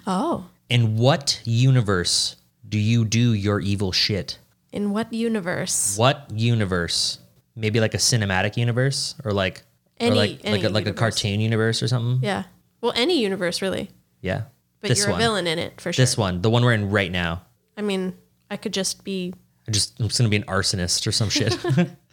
Speaker 1: Oh.
Speaker 2: In what universe do you do your evil shit?
Speaker 1: In what universe?
Speaker 2: What universe? Maybe like a cinematic universe or like or
Speaker 1: Any-
Speaker 2: like
Speaker 1: any
Speaker 2: like a, like a
Speaker 1: universe.
Speaker 2: cartoon universe or something?
Speaker 1: Yeah. Well, any universe, really.
Speaker 2: Yeah.
Speaker 1: But
Speaker 2: this
Speaker 1: you're
Speaker 2: one.
Speaker 1: a villain in it, for sure.
Speaker 2: This one, the one we're in right now.
Speaker 1: I mean, I could just be.
Speaker 2: I just I'm just gonna be an arsonist or some shit.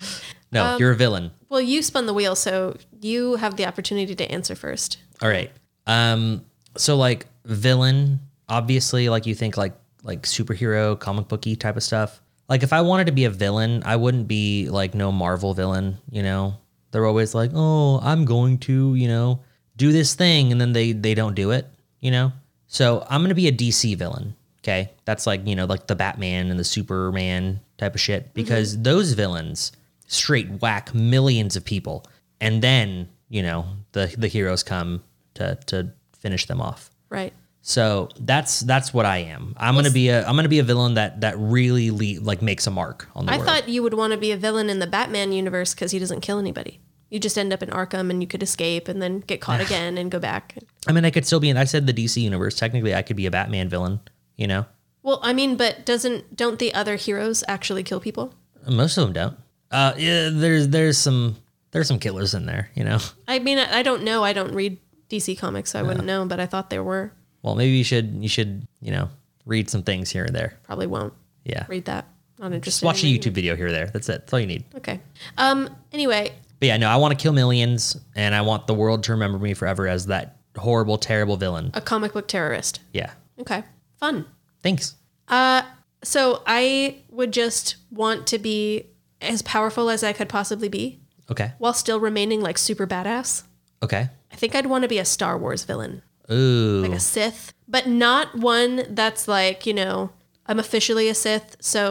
Speaker 2: no, you're a villain.
Speaker 1: Well, you spun the wheel, so you have the opportunity to answer first.
Speaker 2: All right. Um. So like villain, obviously, like you think like like superhero, comic booky type of stuff. Like if I wanted to be a villain, I wouldn't be like no Marvel villain. You know, they're always like, oh, I'm going to you know do this thing, and then they they don't do it. You know. So I'm gonna be a DC villain. Okay, that's like you know like the Batman and the Superman type of shit because those villains straight whack millions of people and then you know the the heroes come to to finish them off
Speaker 1: Right.
Speaker 2: so that's that's what i am i'm gonna be a i'm gonna be a villain that that really le- like makes a mark on the
Speaker 1: I
Speaker 2: world
Speaker 1: thought you would want to be a villain in the Batman universe because he doesn't kill anybody. You just end up in Arkham and you could escape and then get caught again and go back.
Speaker 2: i mean i could still be in i said the dc universe technically i could be a batman villain you know
Speaker 1: Well, I mean, but doesn't don't the other heroes actually kill people?
Speaker 2: most of them don't uh yeah, there's there's some there's some killers in there you know
Speaker 1: I mean, I I don't know. I don't read DC comics, so I wouldn't know. But I thought there were.
Speaker 2: well maybe you should you should you know read some things here and there
Speaker 1: Probably won't
Speaker 2: yeah
Speaker 1: read that. Not interested.
Speaker 2: watch E. a
Speaker 1: in reading
Speaker 2: youtube video here or there that's it that's all you need
Speaker 1: it. Okay. Um. Anyway,
Speaker 2: But yeah, no, I want to kill millions, and I want the world to remember me forever as that horrible, terrible villain.
Speaker 1: A comic book terrorist.
Speaker 2: Yeah.
Speaker 1: Okay. Fun.
Speaker 2: Thanks.
Speaker 1: So I would just want to be as powerful as I could possibly be
Speaker 2: Okay.
Speaker 1: while still remaining like super badass.
Speaker 2: Okay.
Speaker 1: I think I'd want to be a Star Wars villain,
Speaker 2: Ooh.
Speaker 1: like a Sith, but not one that's like, you know, I'm officially a Sith, so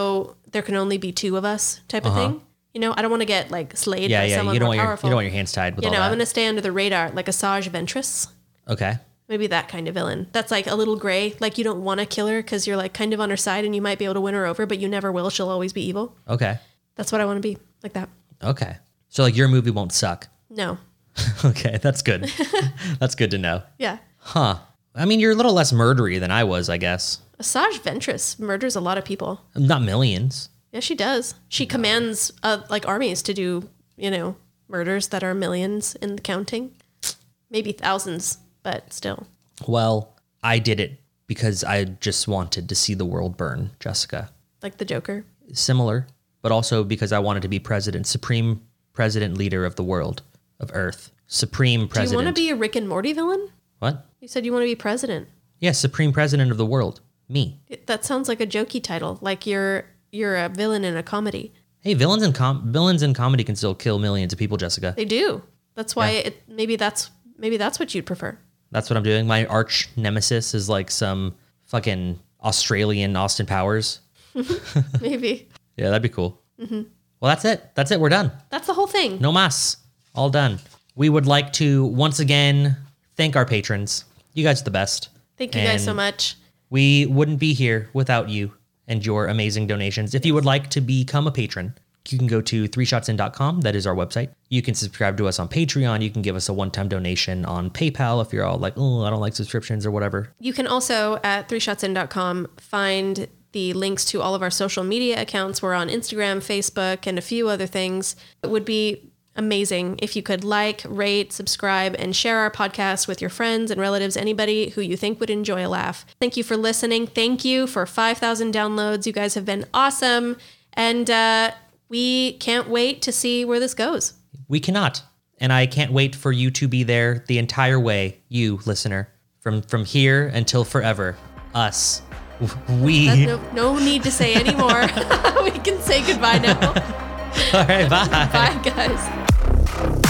Speaker 1: there can only be two of us type of thing. You know, I don't want to get like slayed
Speaker 2: Uh-huh. yeah,
Speaker 1: by
Speaker 2: yeah.
Speaker 1: someone
Speaker 2: You don't want
Speaker 1: more
Speaker 2: your
Speaker 1: powerful.
Speaker 2: you don't want your hands tied with
Speaker 1: You
Speaker 2: all
Speaker 1: know, I'm
Speaker 2: that.
Speaker 1: going to stay under the radar like Asajj Ventress.
Speaker 2: okay.
Speaker 1: Maybe that kind of villain. That's like a little gray. Like you don't want to kill her because you're like kind of on her side and you might be able to win her over, but you never will. She'll always be evil.
Speaker 2: Okay.
Speaker 1: That's what I want to be. Like that.
Speaker 2: Okay. So like your movie won't suck.
Speaker 1: No.
Speaker 2: okay, that's good. that's good to know.
Speaker 1: Yeah.
Speaker 2: Huh. I mean, you're a little less murdery than I was, I guess.
Speaker 1: Asajj Ventress murders a lot of people.
Speaker 2: Not millions.
Speaker 1: Yeah, she does. She commands uh, like armies to do, you know, murders that are millions in the counting. Maybe thousands, but still.
Speaker 2: Well, I did it because I just wanted to see the world burn, Jessica.
Speaker 1: Like the Joker.
Speaker 2: Similar, but also because I wanted to be president, supreme president leader of the world, of Earth. Supreme
Speaker 1: Do you want to
Speaker 2: president.
Speaker 1: be a Rick and Morty villain?
Speaker 2: what?
Speaker 1: You said you want to be president.
Speaker 2: Yeah, supreme president of the world. Me.
Speaker 1: It- That sounds like a jokey title. Like you're you're a villain in a comedy.
Speaker 2: Hey, villains and com- villains and comedy can still kill millions of people, Jessica.
Speaker 1: They do. That's why it maybe that's maybe that's what you'd prefer.
Speaker 2: That's what I'm doing. My arch nemesis is like some fucking Australian Austin Powers.
Speaker 1: Maybe.
Speaker 2: Yeah, that'd be cool.
Speaker 1: Mm-hmm.
Speaker 2: Well, that's it. That's it. We're done.
Speaker 1: That's the whole thing.
Speaker 2: No mas. All done. We would like to once again thank our patrons. You guys are the best.
Speaker 1: Thank you guys so
Speaker 2: And
Speaker 1: much.
Speaker 2: We wouldn't be here without you and your amazing donations. If you would like to become a patron, you can go to threeshotsin.com. That is our website. You can subscribe to us on Patreon. You can give us a one time donation on PayPal if you're all like, oh, I don't like subscriptions or whatever.
Speaker 1: You can also at threeshotsin.com find the links to all of our social media accounts. We're on Instagram, Facebook, and a few other things. It would be amazing if you could like, rate, subscribe, and share our podcast with your friends and relatives, anybody who you think would enjoy a laugh. Thank you for listening. Thank you for 5,000 downloads. You guys have been awesome. And uh, we can't wait to see where this goes.
Speaker 2: We cannot. And I can't wait for you to be there the entire way, you listener, from from here until forever. Us. We.
Speaker 1: No, no need to say anymore. we can say goodbye now.
Speaker 2: All right, bye.
Speaker 1: Bye, guys.